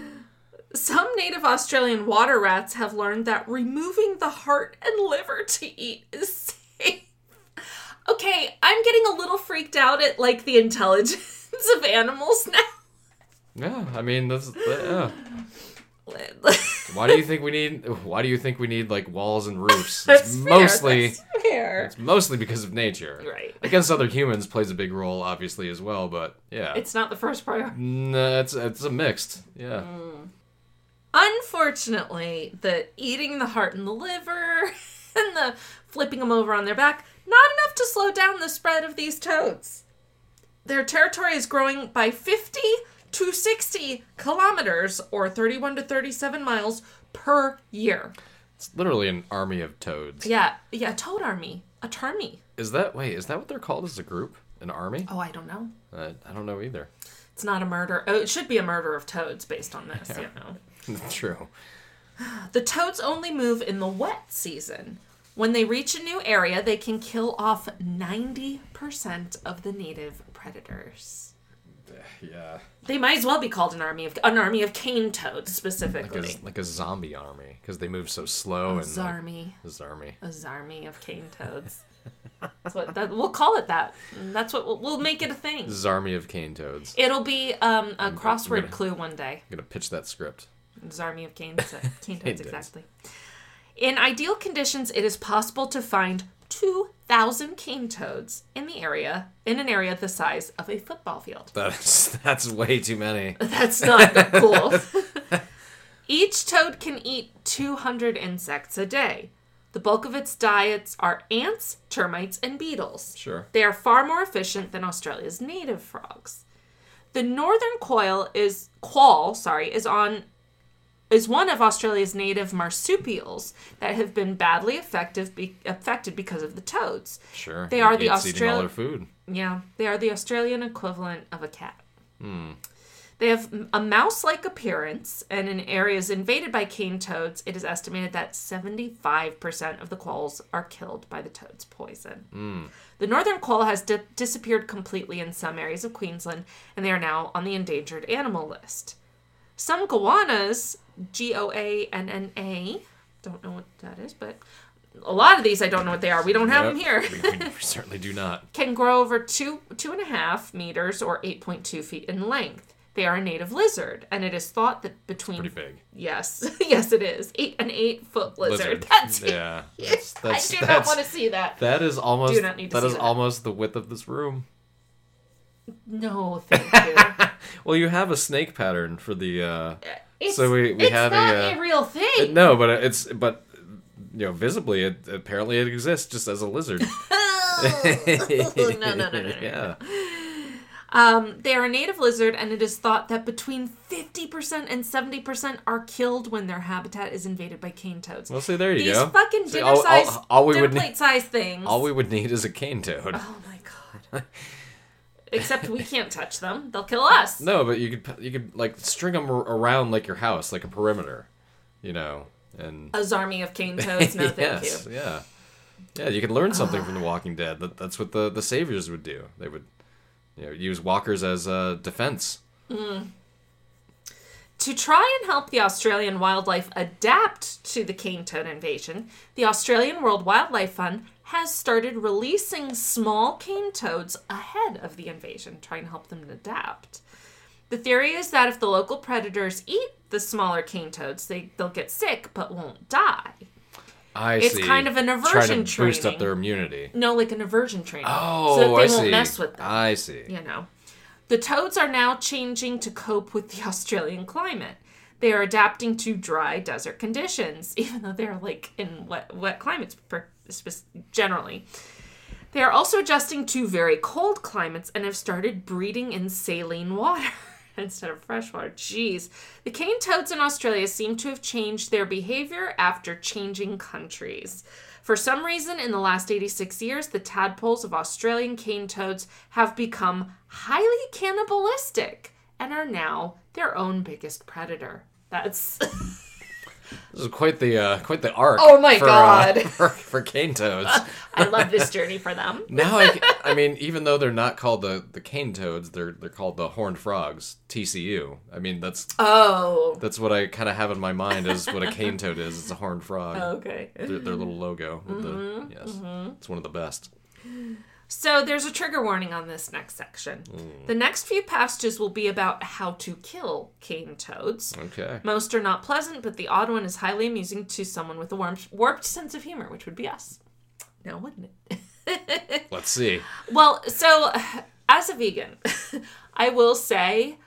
[SPEAKER 3] Some native Australian water rats have learned that removing the heart and liver to eat is safe. Okay, I'm getting a little freaked out at like the intelligence [laughs] of animals now. [laughs]
[SPEAKER 2] Yeah. I mean, that's that- yeah. why do you think we need? Why do you think we need like walls and
[SPEAKER 3] [laughs]
[SPEAKER 2] roofs? It's
[SPEAKER 3] That's fair,
[SPEAKER 2] mostly
[SPEAKER 3] that's fair.
[SPEAKER 2] it's mostly because of nature.
[SPEAKER 3] Right.
[SPEAKER 2] Against other humans plays a big role, obviously as well. But yeah, it's
[SPEAKER 3] It's not the first priority.
[SPEAKER 2] no, it's it's a mixed. Yeah.
[SPEAKER 3] Mm. Unfortunately, the eating the heart and the liver [laughs] and the flipping them over on their back, not enough to slow down the spread of these toads. Their territory is growing by 50 to 60 kilometers or 31 to 37 miles per year.
[SPEAKER 2] It's literally an army of toads.
[SPEAKER 3] Yeah, yeah, toad army, a termy.
[SPEAKER 2] Is that wait? Is that what they're called as a group? An army?
[SPEAKER 3] Oh, I don't know.
[SPEAKER 2] I, I don't know either.
[SPEAKER 3] It's not a murder. Oh, it should be a murder of toads based on this, you know.
[SPEAKER 2] [laughs] True.
[SPEAKER 3] The toads only move in the wet season. When they reach a new area, they can kill off 90% of the native predators.
[SPEAKER 2] Yeah.
[SPEAKER 3] They might as well be called an army of an army of cane toads specifically.
[SPEAKER 2] Like a, like a zombie army because they move so slow and like,
[SPEAKER 3] Zarmy,
[SPEAKER 2] zarmy.
[SPEAKER 3] a zarmy of cane toads. That's what that, we'll call it. That that's what we'll, we'll make it a thing.
[SPEAKER 2] Zarmy of cane toads.
[SPEAKER 3] It'll be um, a crossword
[SPEAKER 2] gonna-
[SPEAKER 3] clue one day.
[SPEAKER 2] I'm gonna pitch that script.
[SPEAKER 3] His army of cane toads. Cane toads,
[SPEAKER 2] toads.
[SPEAKER 3] exactly. In ideal conditions, it is possible to find 2,000 cane toads in the area, in an area the size of a football field. [laughs]
[SPEAKER 2] That's [laughs] that's way too many.
[SPEAKER 3] That's not cool. Each toad can eat 200 insects a day. The bulk of its diets are ants, termites, and beetles.
[SPEAKER 2] [laughs] Sure.
[SPEAKER 3] They are far more efficient than Australia's native frogs. The northern quail is quoll, sorry, is on is one of Australia's native marsupials that have been badly affected be, affected because of the toads.
[SPEAKER 2] Sure.
[SPEAKER 3] They are the
[SPEAKER 2] It's eating all
[SPEAKER 3] Australi-
[SPEAKER 2] their food.
[SPEAKER 3] Yeah, they are the Australian equivalent of a cat. They have m- a mouse like appearance, and in areas invaded by cane toads, it is estimated that 75% of the quolls are killed by the toad's poison. The northern quoll has di- disappeared completely in some areas of Queensland, and they are now on the endangered animal list. Some goannas, G O A N N A, don't know what that is, but a lot of these I don't know what they are. We don't have them here
[SPEAKER 2] Yep. [laughs] we, we certainly do not.
[SPEAKER 3] can grow over two two and a half meters or 8.2 feet in length they are a native lizard and it is thought that between
[SPEAKER 2] Pretty big.
[SPEAKER 3] yes [laughs] yes it is eight an eight foot lizard,
[SPEAKER 2] Lizard.
[SPEAKER 3] [laughs] that's
[SPEAKER 2] yeah. That's, that's,
[SPEAKER 3] i do not
[SPEAKER 2] that's-
[SPEAKER 3] want to see that
[SPEAKER 2] That is almost
[SPEAKER 3] Do not need to
[SPEAKER 2] that
[SPEAKER 3] see
[SPEAKER 2] is
[SPEAKER 3] that.
[SPEAKER 2] almost the width of this room.
[SPEAKER 3] no
[SPEAKER 2] [laughs]
[SPEAKER 3] thank you
[SPEAKER 2] Well, you have a snake pattern for the. uh
[SPEAKER 3] it's,
[SPEAKER 2] So we- we
[SPEAKER 3] it's
[SPEAKER 2] have a,
[SPEAKER 3] not
[SPEAKER 2] uh,
[SPEAKER 3] real
[SPEAKER 2] [laughs]
[SPEAKER 3] thing
[SPEAKER 2] No, but it's but you know visibly it apparently it exists just as a lizard.
[SPEAKER 3] [laughs] no no no no, no.
[SPEAKER 2] yeah.
[SPEAKER 3] Um, [laughs] they are a native lizard, and it is thought that between 50% and 70% are killed when their habitat is invaded by cane toads.
[SPEAKER 2] Well, see, there you
[SPEAKER 3] These
[SPEAKER 2] go.
[SPEAKER 3] fucking
[SPEAKER 2] See,
[SPEAKER 3] dinner
[SPEAKER 2] all- all-
[SPEAKER 3] size,
[SPEAKER 2] all we
[SPEAKER 3] dinner
[SPEAKER 2] would need-
[SPEAKER 3] plate size things.
[SPEAKER 2] All we would need is a cane toad.
[SPEAKER 3] Oh my
[SPEAKER 2] [laughs]
[SPEAKER 3] god. Except we can't touch them. They'll kill us.
[SPEAKER 2] No, but you could p- you could like string them around like your house, like a perimeter, you know, and
[SPEAKER 3] A zarmy of cane toads.
[SPEAKER 2] [laughs]
[SPEAKER 3] No, thank
[SPEAKER 2] yes,
[SPEAKER 3] you.
[SPEAKER 2] yeah, yeah. You can learn something from The Walking Dead. That, that's what the the saviors would do. They would, you know, use walkers as uh, defense.
[SPEAKER 3] To try and help the Australian wildlife adapt to the cane toad invasion, the Australian World Wildlife Fund has started releasing small cane toads ahead of the invasion, trying to help them adapt. The theory is that if the local predators eat the smaller cane toads, they, they'll get sick but won't die.
[SPEAKER 2] I
[SPEAKER 3] It's
[SPEAKER 2] see.
[SPEAKER 3] kind of an
[SPEAKER 2] Trying
[SPEAKER 3] aversion
[SPEAKER 2] to boost up
[SPEAKER 3] training.
[SPEAKER 2] their immunity.
[SPEAKER 3] No, like an aversion training.
[SPEAKER 2] Oh,
[SPEAKER 3] so that they
[SPEAKER 2] I
[SPEAKER 3] won't
[SPEAKER 2] see.
[SPEAKER 3] mess with them.
[SPEAKER 2] I see.
[SPEAKER 3] you know. The toads are now changing to cope with the [laughs] Australian climate. They are adapting to dry desert conditions, [laughs] even though they're like in wet, wet climates per, spec- generally. They are also adjusting to very cold climates and have started breeding in saline water [laughs] instead of freshwater. Jeez. The cane toads in Australia seem to have changed their behavior after changing countries. For some reason, in the last 86 years, the tadpoles of Australian cane toads have become highly cannibalistic and are now their own biggest predator. That's [laughs]
[SPEAKER 2] This is quite the uh, quite the arc.
[SPEAKER 3] Oh my
[SPEAKER 2] for, uh,
[SPEAKER 3] God.
[SPEAKER 2] [laughs] for, for cane toads.
[SPEAKER 3] I love this journey for them.
[SPEAKER 2] now I, I mean, even though they're not called the, the cane toads, they're they're called the horned frogs. TCU. I mean, that's
[SPEAKER 3] Oh,
[SPEAKER 2] that's what I kind of have in my mind is what a cane toad is. It's a horned frog.
[SPEAKER 3] okay.
[SPEAKER 2] Their, their little logo. with the,
[SPEAKER 3] Mm-hmm,
[SPEAKER 2] yes, it's one of the best.
[SPEAKER 3] So there's a trigger warning on this next section.
[SPEAKER 2] Hmm.
[SPEAKER 3] The next few passages will be about how to kill cane toads.
[SPEAKER 2] Okay.
[SPEAKER 3] Most are not pleasant, but the odd one is highly amusing to someone with a warped, warped sense of humor, which would be us. Now, wouldn't it? [laughs]
[SPEAKER 2] Let's see.
[SPEAKER 3] Well, so as a vegan, [laughs] I will say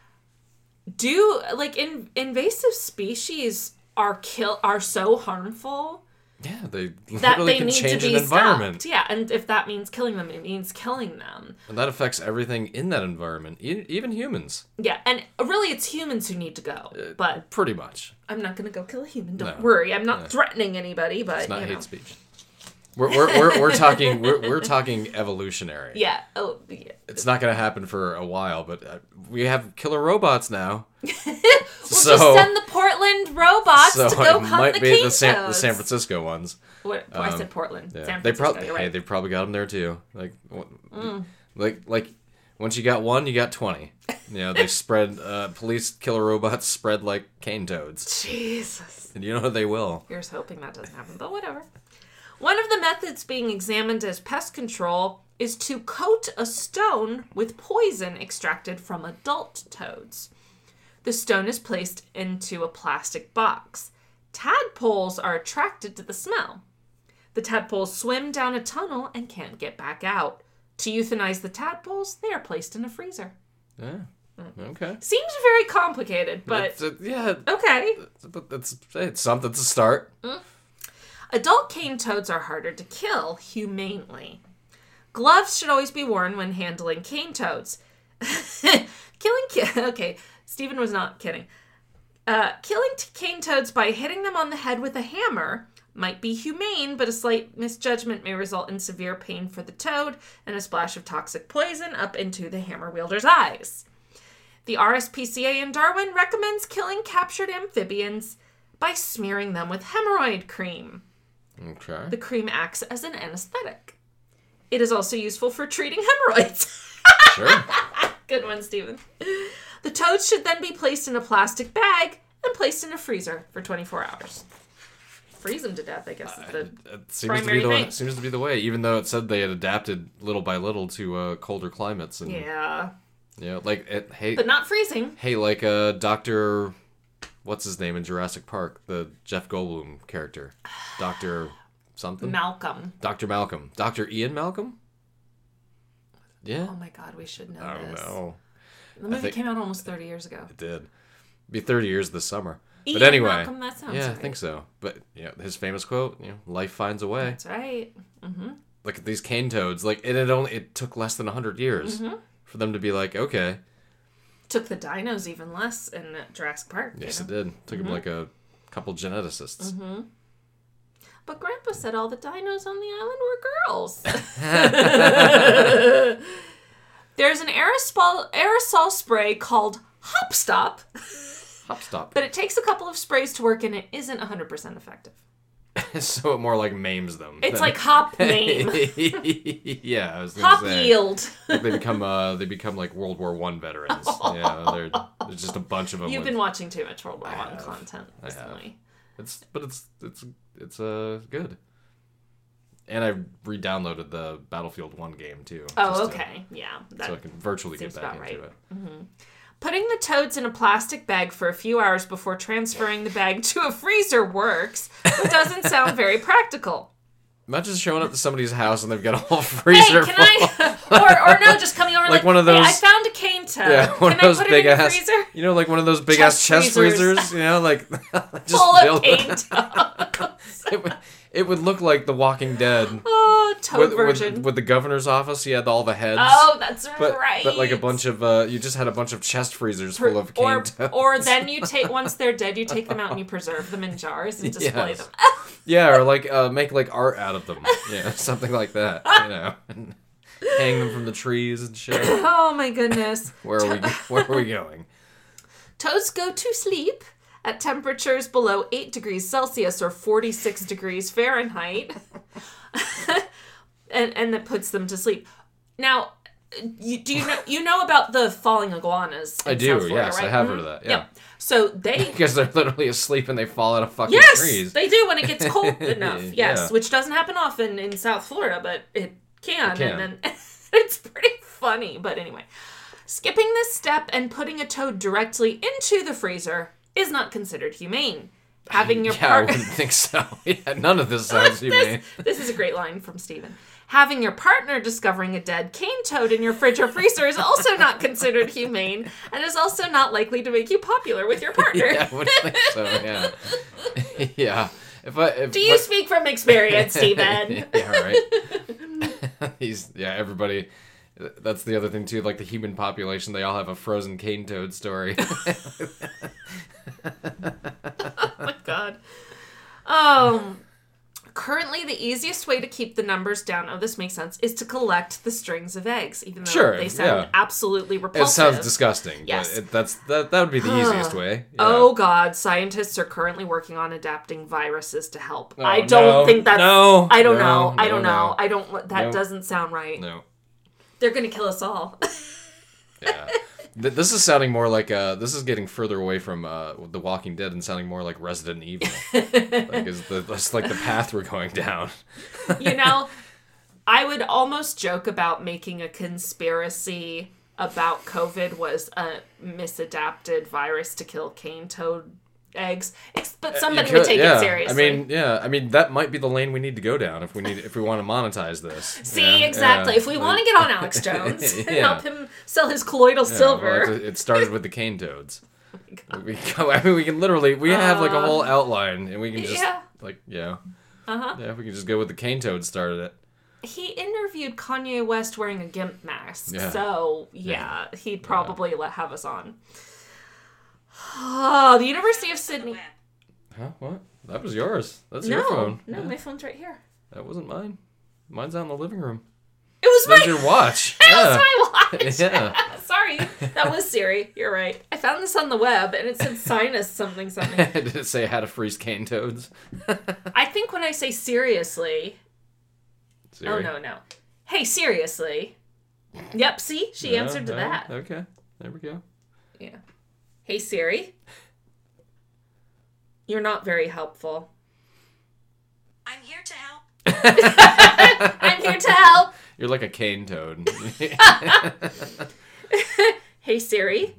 [SPEAKER 3] do like in, invasive species are kill are so harmful
[SPEAKER 2] Yeah, they
[SPEAKER 3] that
[SPEAKER 2] [laughs] literally
[SPEAKER 3] they
[SPEAKER 2] can
[SPEAKER 3] need
[SPEAKER 2] change
[SPEAKER 3] to be
[SPEAKER 2] an environment.
[SPEAKER 3] stopped. Yeah, and if that means killing them, it means killing them.
[SPEAKER 2] And that affects everything in that environment, e- even humans,
[SPEAKER 3] Yeah, and really, it's humans who need to go. But
[SPEAKER 2] pretty much.
[SPEAKER 3] I'm not gonna go kill a human. Don't
[SPEAKER 2] Uh, No.
[SPEAKER 3] worry, I'm not threatening anybody. But
[SPEAKER 2] It's not
[SPEAKER 3] you
[SPEAKER 2] hate
[SPEAKER 3] know,
[SPEAKER 2] speech. We're, we're, we're, we're talking we're, we're talking evolutionary.
[SPEAKER 3] yeah. Oh, yeah.
[SPEAKER 2] It's not going to happen for a while, but uh, we have killer robots now.
[SPEAKER 3] [laughs] We'll
[SPEAKER 2] so
[SPEAKER 3] just send the Portland robots
[SPEAKER 2] so
[SPEAKER 3] to go
[SPEAKER 2] it
[SPEAKER 3] hunt
[SPEAKER 2] might
[SPEAKER 3] the
[SPEAKER 2] be
[SPEAKER 3] cane
[SPEAKER 2] the San, the
[SPEAKER 3] toads.
[SPEAKER 2] San Francisco ones.
[SPEAKER 3] What, oh, I said Portland.
[SPEAKER 2] Yeah.
[SPEAKER 3] San
[SPEAKER 2] they
[SPEAKER 3] Francisco.
[SPEAKER 2] probably
[SPEAKER 3] you're
[SPEAKER 2] hey,
[SPEAKER 3] right. Mm.
[SPEAKER 2] they probably got them there too. Like wha- like like once you got one, you got 20. You know, they spread uh, police killer robots spread like cane toads.
[SPEAKER 3] Jesus.
[SPEAKER 2] And you know they will.
[SPEAKER 3] Here's hoping that doesn't happen, but whatever. One of the methods being examined as pest control is to coat a stone with poison extracted from adult toads. The stone is placed into a plastic box. Tadpoles are attracted to the smell. The tadpoles swim down a tunnel and can't get back out. To euthanize the tadpoles, they are placed in a freezer.
[SPEAKER 2] Yeah. Okay.
[SPEAKER 3] Seems very complicated, but
[SPEAKER 2] It's, uh, yeah,
[SPEAKER 3] okay.
[SPEAKER 2] but it's it's something to start.
[SPEAKER 3] Adult cane toads are harder to kill humanely. Gloves should always be worn when handling cane toads. [laughs] killing ca- [laughs] okay, Stephen was not kidding. Uh, killing t- cane toads by hitting them on the head with a hammer might be humane, but a slight misjudgment may result in severe pain for the toad and a splash of toxic poison up into the hammer wielder's eyes. The RSPCA in Darwin recommends killing captured amphibians by smearing them with hemorrhoid cream.
[SPEAKER 2] Okay.
[SPEAKER 3] The cream acts as an anesthetic. It is also useful for treating hemorrhoids. [laughs]
[SPEAKER 2] Sure.
[SPEAKER 3] Good one, Stephen. The toads should then be placed in a plastic bag and placed in a freezer for 24 hours. Freeze them to death, I guess. Is the...
[SPEAKER 2] It seems to be
[SPEAKER 3] Primary
[SPEAKER 2] the
[SPEAKER 3] thing.
[SPEAKER 2] seems to be the way, even though it said they had adapted little by little to uh, colder climates and yeah,
[SPEAKER 3] Yeah.
[SPEAKER 2] you know, like it, hey
[SPEAKER 3] But not freezing.
[SPEAKER 2] hey like uh, Doctor, what's his name in Jurassic Park, the Jeff Goldblum character, Doctor something,
[SPEAKER 3] Malcolm.
[SPEAKER 2] Doctor Malcolm, Doctor Ian Malcolm. Yeah,
[SPEAKER 3] Oh my god, we should know
[SPEAKER 2] I don't
[SPEAKER 3] this.
[SPEAKER 2] know.
[SPEAKER 3] The movie
[SPEAKER 2] think-
[SPEAKER 3] came out almost 30 years ago.
[SPEAKER 2] It did be thirty years this summer.
[SPEAKER 3] Ian
[SPEAKER 2] but anyway,
[SPEAKER 3] Malcolm, that sounds
[SPEAKER 2] yeah, I
[SPEAKER 3] right.
[SPEAKER 2] think so. But you know, his famous quote, you know, life finds a way.
[SPEAKER 3] That's right.
[SPEAKER 2] Look at these cane toads. Like it had only it took less than hundred years
[SPEAKER 3] Mm-hmm.
[SPEAKER 2] for them to be like, okay,
[SPEAKER 3] took the dinos even less in Jurassic Park. you
[SPEAKER 2] yes,
[SPEAKER 3] know?
[SPEAKER 2] it did. Took
[SPEAKER 3] Mm-hmm.
[SPEAKER 2] them like a couple geneticists.
[SPEAKER 3] But Grandpa said all the dinos on the island were
[SPEAKER 2] [laughs]
[SPEAKER 3] girls. There's an aerosol aerosol spray called Hop Stop,
[SPEAKER 2] Hop stop. [laughs]
[SPEAKER 3] but it takes a couple of sprays to work, and it isn't 100% effective.
[SPEAKER 2] so it more like maims them.
[SPEAKER 3] It's
[SPEAKER 2] [laughs] than-
[SPEAKER 3] like hop name.
[SPEAKER 2] yeah, I was gonna
[SPEAKER 3] hop
[SPEAKER 2] say.
[SPEAKER 3] yield.
[SPEAKER 2] Like they become uh, they become like World War
[SPEAKER 3] [laughs]
[SPEAKER 2] One veterans. yeah, they're there's just a bunch of them.
[SPEAKER 3] You've
[SPEAKER 2] with-
[SPEAKER 3] been watching too much World War
[SPEAKER 2] I
[SPEAKER 3] One
[SPEAKER 2] have.
[SPEAKER 3] content
[SPEAKER 2] I have.
[SPEAKER 3] recently.
[SPEAKER 2] It's but it's it's it's uh good. And I re-downloaded the Battlefield One game too. just
[SPEAKER 3] Oh,
[SPEAKER 2] to-
[SPEAKER 3] okay. yeah. That,
[SPEAKER 2] so I can virtually
[SPEAKER 3] seems
[SPEAKER 2] get back into
[SPEAKER 3] about right.
[SPEAKER 2] it.
[SPEAKER 3] Putting the toads in a plastic bag for a few hours before transferring the bag to a freezer works, but doesn't sound very practical.
[SPEAKER 2] Imagine just showing up to somebody's house and they've got a [laughs] whole
[SPEAKER 3] Hey,
[SPEAKER 2] freezer.
[SPEAKER 3] can [laughs] I? Or, or no, just coming over
[SPEAKER 2] Like
[SPEAKER 3] like,
[SPEAKER 2] one of
[SPEAKER 3] "Hey, I
[SPEAKER 2] those-
[SPEAKER 3] found a cane toad.
[SPEAKER 2] Yeah, one
[SPEAKER 3] can
[SPEAKER 2] of those
[SPEAKER 3] I put
[SPEAKER 2] big
[SPEAKER 3] it in the
[SPEAKER 2] ass, [laughs]
[SPEAKER 3] freezer?
[SPEAKER 2] you know, like one of those big
[SPEAKER 3] Chest
[SPEAKER 2] ass chest
[SPEAKER 3] freezers.
[SPEAKER 2] freezers. You
[SPEAKER 3] [laughs]
[SPEAKER 2] know, like [laughs] just
[SPEAKER 3] Full of
[SPEAKER 2] filled with-
[SPEAKER 3] cane toads.
[SPEAKER 2] It would, it would look like The Walking
[SPEAKER 3] [laughs]
[SPEAKER 2] Dead [laughs]
[SPEAKER 3] Oh, toad
[SPEAKER 2] with,
[SPEAKER 3] version.
[SPEAKER 2] with with the governor's office. He had all the heads.
[SPEAKER 3] oh, that's
[SPEAKER 2] but,
[SPEAKER 3] right.
[SPEAKER 2] But like a bunch of uh, you just had a bunch of chest freezers full of cane
[SPEAKER 3] or,
[SPEAKER 2] toads.
[SPEAKER 3] or then you take once they're dead, you take them out and you preserve them in jars
[SPEAKER 2] [laughs]
[SPEAKER 3] and display
[SPEAKER 2] Yes.
[SPEAKER 3] them.
[SPEAKER 2] [laughs]
[SPEAKER 3] [laughs]
[SPEAKER 2] Yeah, or like uh, make like art out of them. Yeah, something
[SPEAKER 3] [laughs]
[SPEAKER 2] like that. You know, and hang them from the trees and
[SPEAKER 3] [laughs]
[SPEAKER 2] shit.
[SPEAKER 3] Oh my goodness.
[SPEAKER 2] Where are we? Where are we going?
[SPEAKER 3] Toads go to sleep at temperatures below 8 degrees Celsius or 46 degrees Fahrenheit. [laughs] and and that puts them to sleep. Now, you, do you know you know about the falling iguanas? in
[SPEAKER 2] I do.
[SPEAKER 3] South Florida,
[SPEAKER 2] yes, I
[SPEAKER 3] right?
[SPEAKER 2] have
[SPEAKER 3] Mhm.
[SPEAKER 2] heard of that. Yeah.
[SPEAKER 3] Yep. So they
[SPEAKER 2] Because they're literally asleep and they fall out of fucking
[SPEAKER 3] Yes,
[SPEAKER 2] trees.
[SPEAKER 3] they do when it gets
[SPEAKER 2] [laughs]
[SPEAKER 3] cold enough. Yes,
[SPEAKER 2] Yeah.
[SPEAKER 3] which doesn't happen often in South Florida, but it can.
[SPEAKER 2] It can.
[SPEAKER 3] And then [laughs] it's pretty funny. But anyway, skipping this step and putting a toad directly into the freezer is not considered humane.
[SPEAKER 2] [laughs]
[SPEAKER 3] Having your
[SPEAKER 2] yeah, I
[SPEAKER 3] partner.
[SPEAKER 2] wouldn't think so. [laughs] Yeah, none of
[SPEAKER 3] [laughs]
[SPEAKER 2] this sounds humane. [laughs]
[SPEAKER 3] this, this is a great line from Steven. Having your partner discovering a dead cane toad in your fridge or freezer is also not considered humane and is also not likely to make you popular with your partner.
[SPEAKER 2] [laughs] Yeah, I wouldn't think so. Yeah. [laughs] yeah. If I if
[SPEAKER 3] Do you speak from experience, Steven?
[SPEAKER 2] [laughs] yeah,
[SPEAKER 3] [laughs]
[SPEAKER 2] right. [laughs] He's yeah. Everybody. That's the other thing too. Like the human population, they all have a frozen cane toad story. [laughs]
[SPEAKER 3] my god. Um currently the easiest way to keep the numbers down, oh this makes sense, is to collect the strings of eggs, even though
[SPEAKER 2] Sure,
[SPEAKER 3] they sound
[SPEAKER 2] yeah.
[SPEAKER 3] absolutely repulsive.
[SPEAKER 2] it sounds disgusting.
[SPEAKER 3] Yes.
[SPEAKER 2] But it, that's that. That would be the easiest way. Yeah.
[SPEAKER 3] Oh god, scientists are currently working on adapting viruses to help.
[SPEAKER 2] Oh,
[SPEAKER 3] I don't
[SPEAKER 2] no,
[SPEAKER 3] think that's
[SPEAKER 2] no,
[SPEAKER 3] I don't
[SPEAKER 2] no,
[SPEAKER 3] know. I
[SPEAKER 2] no,
[SPEAKER 3] don't
[SPEAKER 2] no.
[SPEAKER 3] know. I don't that
[SPEAKER 2] No.
[SPEAKER 3] doesn't sound right.
[SPEAKER 2] no.
[SPEAKER 3] They're going to kill us all. [laughs]
[SPEAKER 2] Yeah. Th- this is sounding more like uh this is getting further away from uh The Walking Dead and sounding more like Resident
[SPEAKER 3] [laughs]
[SPEAKER 2] Evil. like is the that's like the path we're going down.
[SPEAKER 3] you know, I would almost joke about making a conspiracy about COVID was a misadapted virus to kill cane toad eggs, Ex- but somebody
[SPEAKER 2] Uh, You
[SPEAKER 3] would
[SPEAKER 2] could-
[SPEAKER 3] take
[SPEAKER 2] yeah.
[SPEAKER 3] it seriously.
[SPEAKER 2] I mean, yeah, I mean that might be the lane we need to go down if we need if we want to monetize this.
[SPEAKER 3] [laughs] See,
[SPEAKER 2] Yeah,
[SPEAKER 3] exactly.
[SPEAKER 2] yeah.
[SPEAKER 3] If we want to get on
[SPEAKER 2] [laughs]
[SPEAKER 3] Alex Jones and
[SPEAKER 2] Yeah.
[SPEAKER 3] [laughs] help him sell his colloidal
[SPEAKER 2] Yeah, well,
[SPEAKER 3] silver, Oh
[SPEAKER 2] it's- it started with the
[SPEAKER 3] [laughs]
[SPEAKER 2] cane toads. we [laughs] go, I mean, we can literally we have like a whole outline, and we can just
[SPEAKER 3] Um, yeah.
[SPEAKER 2] like yeah,
[SPEAKER 3] Uh-huh.
[SPEAKER 2] yeah. We can just go with the cane toad started it.
[SPEAKER 3] he interviewed Kanye West wearing a gimp mask.
[SPEAKER 2] Yeah.
[SPEAKER 3] So, yeah, he'd probably let have us on. [sighs] Oh, the University of Sydney.
[SPEAKER 2] Huh? What? That was yours. That's your
[SPEAKER 3] No,
[SPEAKER 2] phone.
[SPEAKER 3] no,
[SPEAKER 2] Yeah,
[SPEAKER 3] my phone's right here.
[SPEAKER 2] that wasn't mine. Mine's out in the living room.
[SPEAKER 3] It was
[SPEAKER 2] There's
[SPEAKER 3] my
[SPEAKER 2] your
[SPEAKER 3] [laughs]
[SPEAKER 2] watch.
[SPEAKER 3] That's my watch.
[SPEAKER 2] [laughs] Yeah.
[SPEAKER 3] [laughs] Sorry, that was Siri. You're right. I found this on the web, and it said sinus something
[SPEAKER 2] [laughs]
[SPEAKER 3] something.
[SPEAKER 2] Did it say how to freeze cane toads?
[SPEAKER 3] Oh, I think when I say seriously, oh
[SPEAKER 2] Siri.
[SPEAKER 3] no no, hey seriously. Yep. See, she
[SPEAKER 2] Yeah,
[SPEAKER 3] answered to
[SPEAKER 2] all right,
[SPEAKER 3] that.
[SPEAKER 2] Okay. There we go.
[SPEAKER 3] Yeah. Hey Siri. You're not very helpful.
[SPEAKER 4] I'm here to help.
[SPEAKER 3] [laughs] I'm here to help.
[SPEAKER 2] You're like a cane toad. [laughs]
[SPEAKER 3] Hey Siri.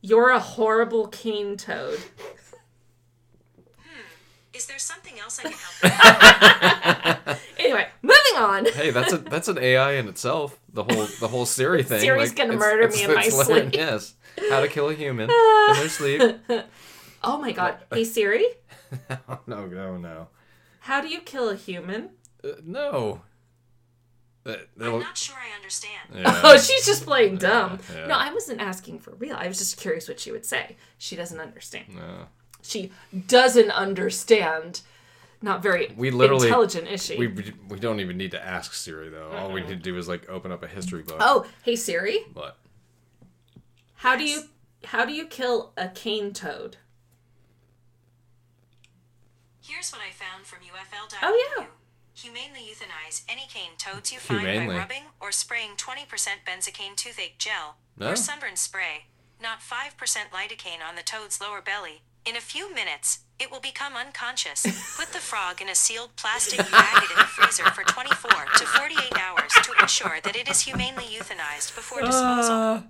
[SPEAKER 3] You're a horrible cane toad.
[SPEAKER 4] Is there something else I can help with?
[SPEAKER 3] Anyway, moving on.
[SPEAKER 2] hey, that's a that's an AI in itself. The whole the whole Siri thing.
[SPEAKER 3] Siri's gonna murder me in my
[SPEAKER 2] learning-
[SPEAKER 3] sleep.
[SPEAKER 2] [laughs] Yes. How to kill
[SPEAKER 3] [laughs]
[SPEAKER 2] a human in their sleep.
[SPEAKER 3] Oh my god. Hey Siri.
[SPEAKER 2] Oh, no, no, no,
[SPEAKER 3] How do you kill a human?
[SPEAKER 2] uh, no. Uh, That-
[SPEAKER 4] I'm
[SPEAKER 2] that'll-
[SPEAKER 4] not sure I understand.
[SPEAKER 2] yeah.
[SPEAKER 3] [laughs] Oh, she's just playing dumb.
[SPEAKER 2] yeah.
[SPEAKER 3] No, I wasn't asking for real. I was just curious what she would say. She doesn't understand.
[SPEAKER 2] No.
[SPEAKER 3] She doesn't understand. Not very
[SPEAKER 2] We literally-
[SPEAKER 3] intelligent, is she?
[SPEAKER 2] We we don't even need to ask Siri though. All we need to do is like open up a history book.
[SPEAKER 3] Oh, hey Siri,
[SPEAKER 2] But
[SPEAKER 3] how do you how do you kill a cane toad?
[SPEAKER 4] Here's what I found from UFL.
[SPEAKER 3] Oh, yeah.
[SPEAKER 4] Humanely euthanize any cane toads you find
[SPEAKER 2] Humanely.
[SPEAKER 4] by rubbing or spraying 20% benzocaine toothache gel
[SPEAKER 2] Oh.
[SPEAKER 4] or sunburn spray, not 5% lidocaine on the toad's lower belly. In a few minutes, it will become unconscious. Put the frog in a sealed plastic bag in the freezer for 24 to 48 hours to ensure that it is humanely euthanized before [laughs] disposal.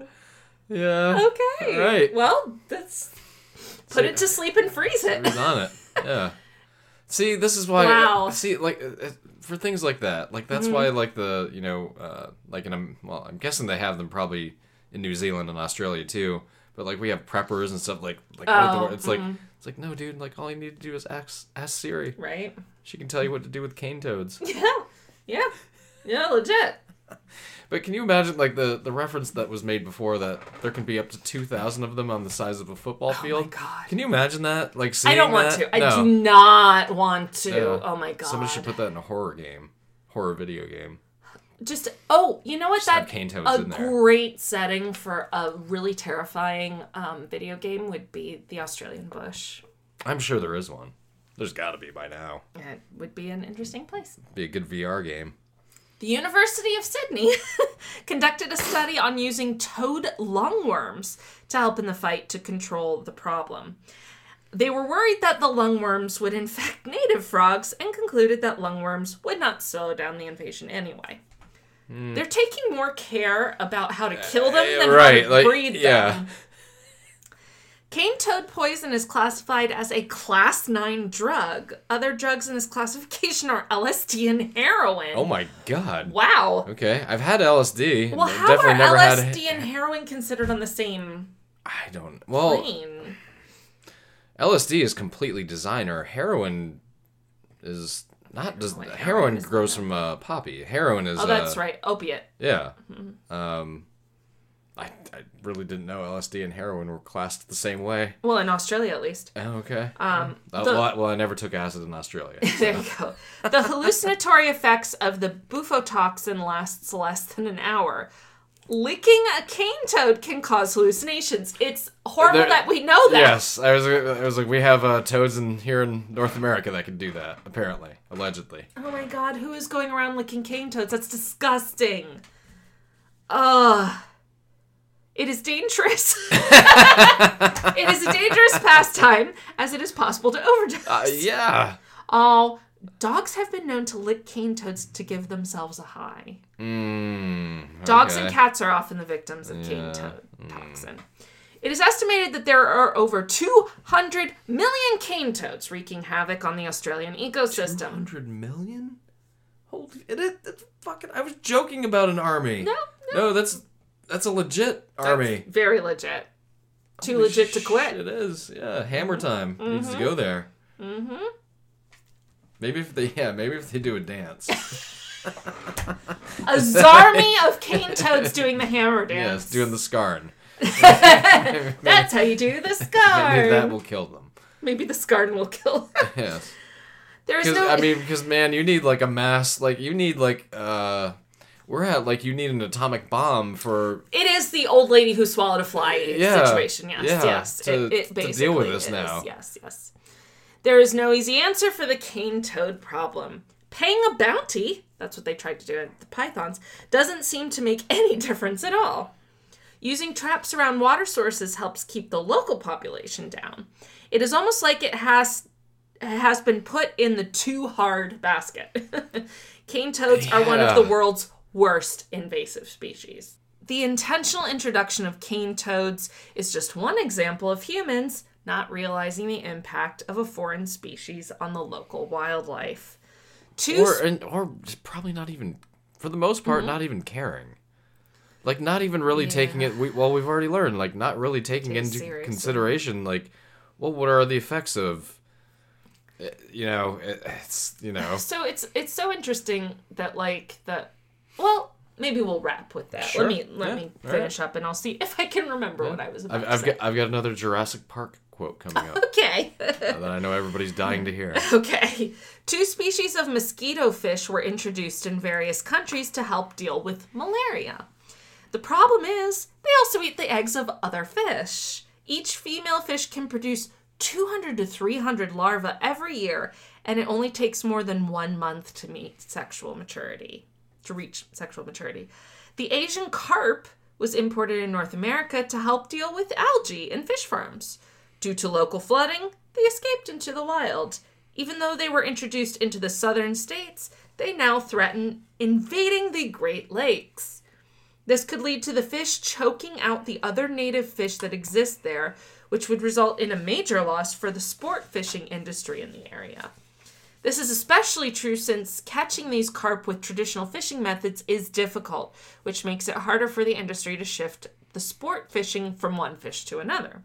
[SPEAKER 2] yeah.
[SPEAKER 3] Okay.
[SPEAKER 2] All right.
[SPEAKER 3] Well, that's put it to sleep and freeze it.
[SPEAKER 2] He's on it. Yeah. See, this is why.
[SPEAKER 3] Wow. Mm-hmm.
[SPEAKER 2] See, like uh, uh, for things like that, like that's why, like the you know, uh, like in um, well, I'm guessing they have them probably in New Zealand and Australia too. But like we have preppers and stuff like like what the
[SPEAKER 3] Oh,
[SPEAKER 2] wor- it's like it's like no dude, like all you need to do is ask ask Siri.
[SPEAKER 3] Right.
[SPEAKER 2] She can tell you what to do with
[SPEAKER 3] [laughs]
[SPEAKER 2] cane toads.
[SPEAKER 3] Yeah. Yeah. Yeah. Legit.
[SPEAKER 2] But can you imagine like the the reference that was made before that there can be up to two thousand of them on the size of a football field?
[SPEAKER 3] Oh God.
[SPEAKER 2] Can you imagine that? Like seeing
[SPEAKER 3] I don't want
[SPEAKER 2] that?
[SPEAKER 3] to. I
[SPEAKER 2] No.
[SPEAKER 3] do not want to.
[SPEAKER 2] Yeah.
[SPEAKER 3] Oh my god.
[SPEAKER 2] Someone should put that in a horror game, horror video game.
[SPEAKER 3] just oh, you know what?
[SPEAKER 2] have
[SPEAKER 3] That
[SPEAKER 2] cane toads
[SPEAKER 3] a
[SPEAKER 2] in there.
[SPEAKER 3] great setting for a really terrifying um, video game would be the Australian bush.
[SPEAKER 2] I'm sure there is one. There's got to be by now.
[SPEAKER 3] It would be an interesting place.
[SPEAKER 2] Be a good VR game.
[SPEAKER 3] The University of Sydney [laughs] conducted a study on using toad lungworms to help in the fight to control the problem. They were worried that the lungworms would infect [laughs] native frogs and concluded that lungworms would not slow down the invasion anyway.
[SPEAKER 2] Hmm.
[SPEAKER 3] They're taking more care about how to kill them than
[SPEAKER 2] Eh, right,
[SPEAKER 3] how to
[SPEAKER 2] like,
[SPEAKER 3] breed
[SPEAKER 2] yeah.
[SPEAKER 3] them. Cane toad poison is classified as a class 9 drug. Other drugs in this classification are LSD and heroin.
[SPEAKER 2] Oh my god.
[SPEAKER 3] Wow.
[SPEAKER 2] Okay, I've had LSD.
[SPEAKER 3] Well,
[SPEAKER 2] I've
[SPEAKER 3] how
[SPEAKER 2] definitely
[SPEAKER 3] are
[SPEAKER 2] never had.
[SPEAKER 3] LSD and heroin considered on the same
[SPEAKER 2] I don't. Well,
[SPEAKER 3] plane?
[SPEAKER 2] LSD is completely designer. Heroin is not. Does
[SPEAKER 3] Heroin-
[SPEAKER 2] heroin,
[SPEAKER 3] heroin is
[SPEAKER 2] grows from uh, poppy? Heroin is.
[SPEAKER 3] Oh, that's
[SPEAKER 2] uh,
[SPEAKER 3] right. Mm-hmm. Opiate.
[SPEAKER 2] Yeah. Um, I I really didn't know LSD and heroin were classed the same way.
[SPEAKER 3] Well, in Australia at least. [laughs]
[SPEAKER 2] Oh, okay. Um, well, I, well, I never took acid in Australia.
[SPEAKER 3] There you go. The hallucinatory effects of the bufotoxin lasts less than an hour. Licking a cane toad can cause hallucinations. It's horrible
[SPEAKER 2] There-
[SPEAKER 3] that we know that.
[SPEAKER 2] Yes, I was. I was like, we have uh, toads in here in North America that can do that. Apparently, allegedly.
[SPEAKER 3] Oh my god, who is going around licking cane toads? That's disgusting. Ugh. It is dangerous. [laughs] it is a dangerous pastime, as it is possible to overdose.
[SPEAKER 2] Uh, yeah.
[SPEAKER 3] All dogs have been known to lick cane toads to give themselves a high.
[SPEAKER 2] Mm,
[SPEAKER 3] Dogs
[SPEAKER 2] okay. Hmm.
[SPEAKER 3] and cats are often the victims of cane toad toxin. It is estimated that there are over 200 million cane toads wreaking havoc on the Australian ecosystem.
[SPEAKER 2] Hundred million. Holy! It, it, it's fucking. I was joking about an army.
[SPEAKER 3] No,
[SPEAKER 2] No, that's that's a legit army.
[SPEAKER 3] Very legit. Too
[SPEAKER 2] Holy
[SPEAKER 3] legit to quit. Mm-hmm.
[SPEAKER 2] shit, It is. Yeah. Hammer time needs to go there. Mm-hmm. Maybe if they yeah maybe if they do
[SPEAKER 3] [laughs]
[SPEAKER 2] a dance.
[SPEAKER 3] A zarmy of cane toads doing the hammer dance.
[SPEAKER 2] yes, doing the scarn.
[SPEAKER 3] That's how you do the scarn.
[SPEAKER 2] [laughs] Maybe
[SPEAKER 3] Maybe,
[SPEAKER 2] that will kill them. [laughs]
[SPEAKER 3] the scarn will kill.
[SPEAKER 2] Yes.
[SPEAKER 3] there is
[SPEAKER 2] Because
[SPEAKER 3] no.
[SPEAKER 2] I mean, because man, you need like a mass, like you need like uh, we're at like you need an atomic bomb for
[SPEAKER 3] it is the old lady who swallowed a fly
[SPEAKER 2] Yeah,
[SPEAKER 3] situation. Yes,
[SPEAKER 2] yeah,
[SPEAKER 3] yes.
[SPEAKER 2] to-
[SPEAKER 3] it, it
[SPEAKER 2] to
[SPEAKER 3] basically
[SPEAKER 2] deal with this
[SPEAKER 3] is.
[SPEAKER 2] now.
[SPEAKER 3] Yes, yes. There is no easy answer for the cane toad problem. Paying a bounty, that's what they tried to do at the pythons, doesn't seem to make any [laughs] difference at all. Using traps around water sources helps keep the local population down. It is almost like it has has been put in the too hard basket. [laughs] cane toads are one of
[SPEAKER 2] Yeah.
[SPEAKER 3] the world's worst invasive species. The intentional introduction of cane toads is just one example of humans not realizing the impact of a foreign species on the local wildlife. Two
[SPEAKER 2] or and, or just probably not even for the most
[SPEAKER 3] Mm-hmm.
[SPEAKER 2] part not even caring, like not even really taking it. We, well, we've already learned like not really taking
[SPEAKER 3] Take
[SPEAKER 2] into
[SPEAKER 3] seriously.
[SPEAKER 2] consideration like, well, what are the effects of, eh, you know, it, it's
[SPEAKER 3] [laughs]
[SPEAKER 2] you know,
[SPEAKER 3] So it's it's so interesting that like the well maybe we'll wrap with that.
[SPEAKER 2] Sure.
[SPEAKER 3] Let me let
[SPEAKER 2] Yeah.
[SPEAKER 3] me
[SPEAKER 2] All
[SPEAKER 3] finish up and I'll see if I can remember what I was about
[SPEAKER 2] I've,
[SPEAKER 3] to
[SPEAKER 2] I've
[SPEAKER 3] say.
[SPEAKER 2] got I've got another Jurassic Park quote
[SPEAKER 3] [laughs]
[SPEAKER 2] coming up
[SPEAKER 3] okay.
[SPEAKER 2] that I know everybody's dying to hear.
[SPEAKER 3] okay. Two species of mosquito fish were introduced in various countries to help deal with malaria. The problem is they also eat the eggs of other fish. Each female fish can produce 200 to 300 larvae every year, and it only takes more than one month to meet sexual maturity, to reach sexual maturity. The Asian carp was imported in North America to help deal with algae in fish farms. Due to local flooding, they escaped into the wild. Even though they were introduced into the southern states, they now threaten invading the Great Lakes. This could lead to the fish choking out the other native fish that exist there, which would result in a major loss for the sport fishing industry in the area. This is especially true since catching these carp with traditional fishing methods is difficult, which makes it harder for the industry to shift the sport fishing from one fish to another.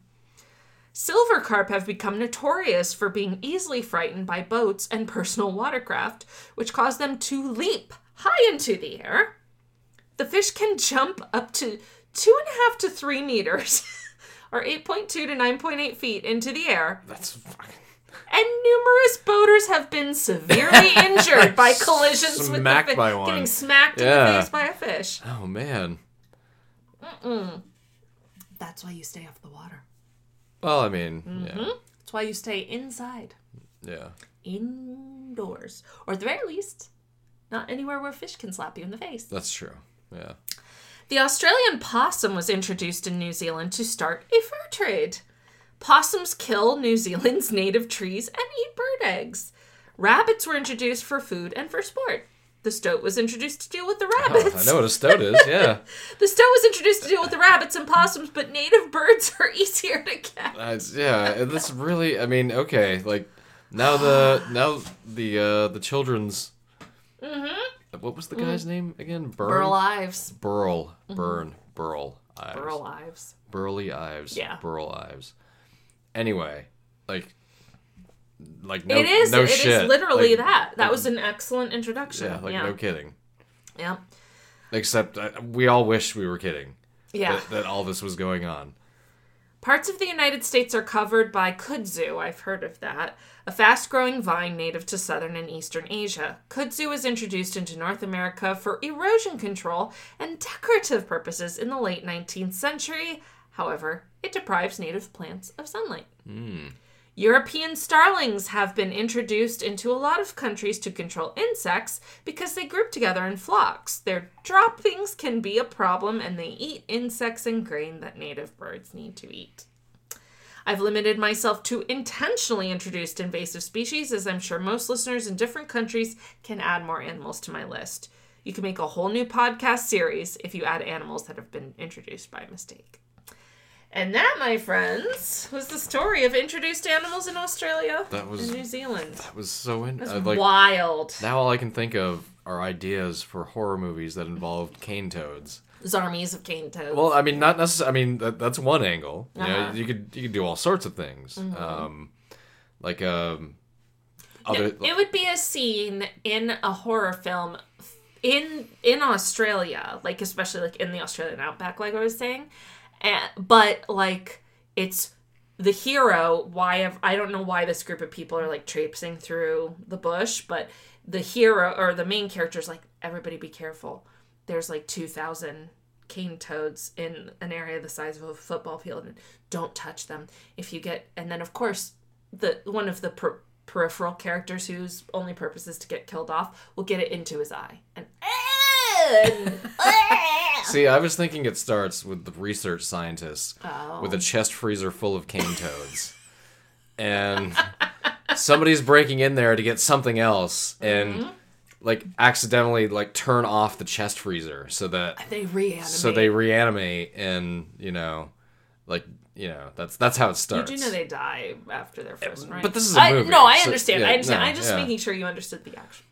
[SPEAKER 3] Silver carp have become notorious for being easily frightened by boats and personal watercraft, which cause them to leap high into the air. The fish can jump up to two and a half to three meters, [laughs] or 8.2 to 9.8 feet into the air,
[SPEAKER 2] That's fucking
[SPEAKER 3] and numerous boaters have been
[SPEAKER 2] [laughs]
[SPEAKER 3] severely injured by collisions with the
[SPEAKER 2] Smacked
[SPEAKER 3] fish,
[SPEAKER 2] by one.
[SPEAKER 3] getting smacked in
[SPEAKER 2] Yeah.
[SPEAKER 3] the face by a fish.
[SPEAKER 2] Oh man.
[SPEAKER 3] That's why you stay off the water.
[SPEAKER 2] Well, I mean,
[SPEAKER 3] Mm-hmm. That's why you stay inside,
[SPEAKER 2] yeah. Yeah.
[SPEAKER 3] indoors, or at the very least, not anywhere where fish can slap you in the face.
[SPEAKER 2] That's true. Yeah.
[SPEAKER 3] The Australian possum was introduced in New Zealand to start a fur trade. Possums kill New Zealand's [laughs] native trees and eat bird eggs. Rabbits were introduced for food and for sport. The stoat was introduced to deal with the
[SPEAKER 2] Oh,
[SPEAKER 3] rabbits.
[SPEAKER 2] I know [laughs] what a stoat is. Yeah.
[SPEAKER 3] The stoat was introduced to deal with the rabbits and possums, but native birds [laughs] are easier to catch.
[SPEAKER 2] Uh, it's- yeah. [laughs] That's really. I mean, okay. Like now [gasps] the now the uh the children's. Mm-hmm. What was the guy's name again? Burn.
[SPEAKER 3] Mm. Burl Ives. Mm-hmm.
[SPEAKER 2] Burl. Burn. Burl. Ives.
[SPEAKER 3] Burl Ives.
[SPEAKER 2] Burly Ives.
[SPEAKER 3] Yeah.
[SPEAKER 2] Burl Ives. Anyway, like. Like no,
[SPEAKER 3] It is.
[SPEAKER 2] no
[SPEAKER 3] it is
[SPEAKER 2] shit.
[SPEAKER 3] literally
[SPEAKER 2] Like,
[SPEAKER 3] that. That was an excellent introduction.
[SPEAKER 2] Yeah,
[SPEAKER 3] Yeah.
[SPEAKER 2] like
[SPEAKER 3] yeah.
[SPEAKER 2] no kidding.
[SPEAKER 3] yeah.
[SPEAKER 2] Except uh, we all wish we were kidding. that, that all this was going on.
[SPEAKER 3] Parts of the United States are covered by kudzu, I've heard of that, a fast growing vine native to southern and eastern Asia. Kudzu was introduced into North America for erosion control and decorative purposes in the late 19th century. However, it deprives native plants of sunlight. European starlings have been introduced into a lot of countries to control insects because they group together in flocks. Their droppings can be a problem and they eat insects and grain that native birds need to eat. I've limited myself to intentionally introduced invasive species, as I'm sure most listeners in different countries can add more animals to my list. You can make a whole new podcast series if you add animals that have been introduced by mistake. And that, my friends, was the story of introduced animals in Australia
[SPEAKER 2] That was-
[SPEAKER 3] and New Zealand.
[SPEAKER 2] That was so in-
[SPEAKER 3] That's
[SPEAKER 2] uh, like
[SPEAKER 3] wild.
[SPEAKER 2] now all I can think of are ideas for horror movies that involved cane toads.
[SPEAKER 3] Zarmies of cane toads.
[SPEAKER 2] Well, I mean, not necessarily. I mean, that, that's one angle. You, know,
[SPEAKER 3] Uh-huh. Mm-hmm.
[SPEAKER 2] you could you could do all sorts of things. Um, like um, other
[SPEAKER 3] it would be a scene in a horror film in in Australia, like especially like in the Australian outback, like I was saying, and, but like it's the hero. Why have I don't know why this group of people are like traipsing through the bush, but the hero or the main character is like, everybody be careful. There's like two thousand cane toads in an area the size of a football field, and don't touch them. If you get, and then of course the one of the per- peripheral characters whose only purpose is to get killed off will get it into his eye and
[SPEAKER 2] See, I was thinking it starts with the research scientists
[SPEAKER 3] Oh.
[SPEAKER 2] with a chest freezer full of cane toads. and somebody's breaking in there to get something else and
[SPEAKER 3] Mm-hmm.
[SPEAKER 2] like accidentally like turn off the chest freezer so that
[SPEAKER 3] they reanimate.
[SPEAKER 2] so they reanimate and, you know, like, you know, that's that's how it
[SPEAKER 3] you
[SPEAKER 2] starts.
[SPEAKER 3] do know they die after their first run.
[SPEAKER 2] but this is a
[SPEAKER 3] I-
[SPEAKER 2] movie,
[SPEAKER 3] no, I
[SPEAKER 2] so-
[SPEAKER 3] understand.
[SPEAKER 2] yeah,
[SPEAKER 3] I understand.
[SPEAKER 2] no,
[SPEAKER 3] I'm just
[SPEAKER 2] yeah.
[SPEAKER 3] making sure you understood the action.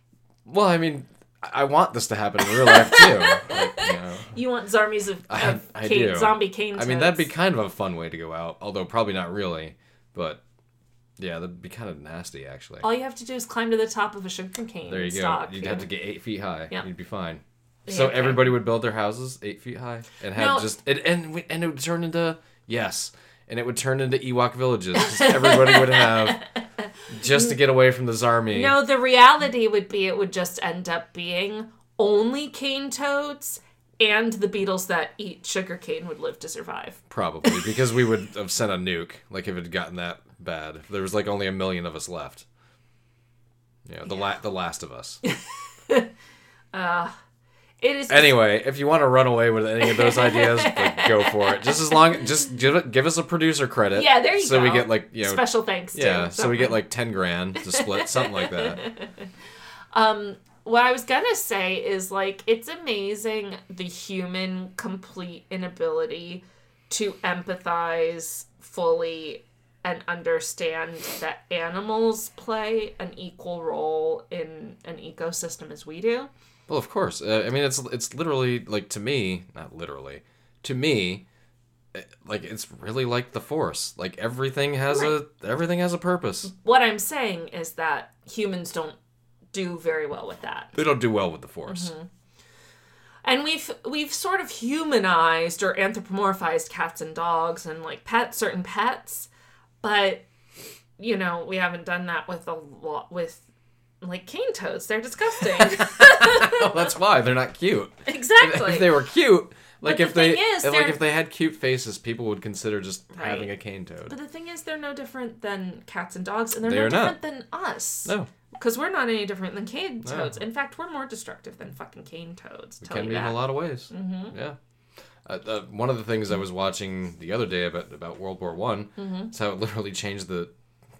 [SPEAKER 2] well, I mean, I I want this to happen in real life
[SPEAKER 3] [laughs]
[SPEAKER 2] too. Like, you know.
[SPEAKER 3] You want zarmies of, of
[SPEAKER 2] I
[SPEAKER 3] cane,
[SPEAKER 2] do.
[SPEAKER 3] zombie cane toads.
[SPEAKER 2] I mean, that'd be kind of a fun way to go out, although probably not really. But yeah, that'd be kind of nasty, actually.
[SPEAKER 3] All you have to do is climb to the top of a sugar cane
[SPEAKER 2] there you go.
[SPEAKER 3] stalk.
[SPEAKER 2] You'd
[SPEAKER 3] yeah.
[SPEAKER 2] have to get eight feet high.
[SPEAKER 3] Yeah.
[SPEAKER 2] You'd be fine. So
[SPEAKER 3] okay.
[SPEAKER 2] everybody would build their houses eight feet high and have
[SPEAKER 3] No.
[SPEAKER 2] just and and, we- and it would turn into yes, and it would turn into Ewok villages. 'cause everybody
[SPEAKER 3] [laughs]
[SPEAKER 2] would have just to get away from the Zarmi.
[SPEAKER 3] No, the reality would be it would just end up being only cane toads and the beetles that eat sugar cane would live to survive.
[SPEAKER 2] Probably because we would have sent a nuke, like if it had gotten that bad. There was like only a million of us left. Yeah, the la- the last of us.
[SPEAKER 3] It is
[SPEAKER 2] anyway, if you want to run away with any of those ideas, like, go for it. Just as long, just give, give us a producer credit.
[SPEAKER 3] Yeah, there you
[SPEAKER 2] so
[SPEAKER 3] go.
[SPEAKER 2] we get like you know,
[SPEAKER 3] special thanks. to
[SPEAKER 2] yeah, so we
[SPEAKER 3] someone.
[SPEAKER 2] get like ten grand to split, something like that.
[SPEAKER 3] [laughs] what I was gonna say is like it's amazing the human complete inability to empathize fully and understand that animals play an equal role in an ecosystem as we do.
[SPEAKER 2] Well, of course. Uh, I mean, it's it's literally like to me, not literally, to me, eh, like it's really like the Force. Like everything has a everything has a purpose.
[SPEAKER 3] What I'm saying is that humans don't do very well with that.
[SPEAKER 2] They don't do well with the Force.
[SPEAKER 3] Mm-hmm. and we've we've sort of humanized or anthropomorphized cats and dogs and like pet certain pets but you know we haven't done that with a lot with like cane toads they're
[SPEAKER 2] [laughs]
[SPEAKER 3] disgusting
[SPEAKER 2] [laughs]
[SPEAKER 3] [laughs]
[SPEAKER 2] Well, that's why they're not cute.
[SPEAKER 3] exactly
[SPEAKER 2] [laughs] If they were cute, like
[SPEAKER 3] the
[SPEAKER 2] if they
[SPEAKER 3] thing is,
[SPEAKER 2] if- like
[SPEAKER 3] they're-
[SPEAKER 2] if they had cute faces, people would consider just having a cane toad.
[SPEAKER 3] but the thing is they're no different than cats and dogs and they're,
[SPEAKER 2] They are
[SPEAKER 3] no different
[SPEAKER 2] not.
[SPEAKER 3] than us
[SPEAKER 2] no,
[SPEAKER 3] because we're not any different than cane toads in fact we're more destructive than fucking cane toads tell
[SPEAKER 2] can
[SPEAKER 3] you
[SPEAKER 2] be in
[SPEAKER 3] that.
[SPEAKER 2] a lot of ways. Mm-hmm. Yeah. Uh, uh, one of the things I was watching the other day about about World War One
[SPEAKER 3] Mm-hmm.
[SPEAKER 2] is how it [laughs] literally changed the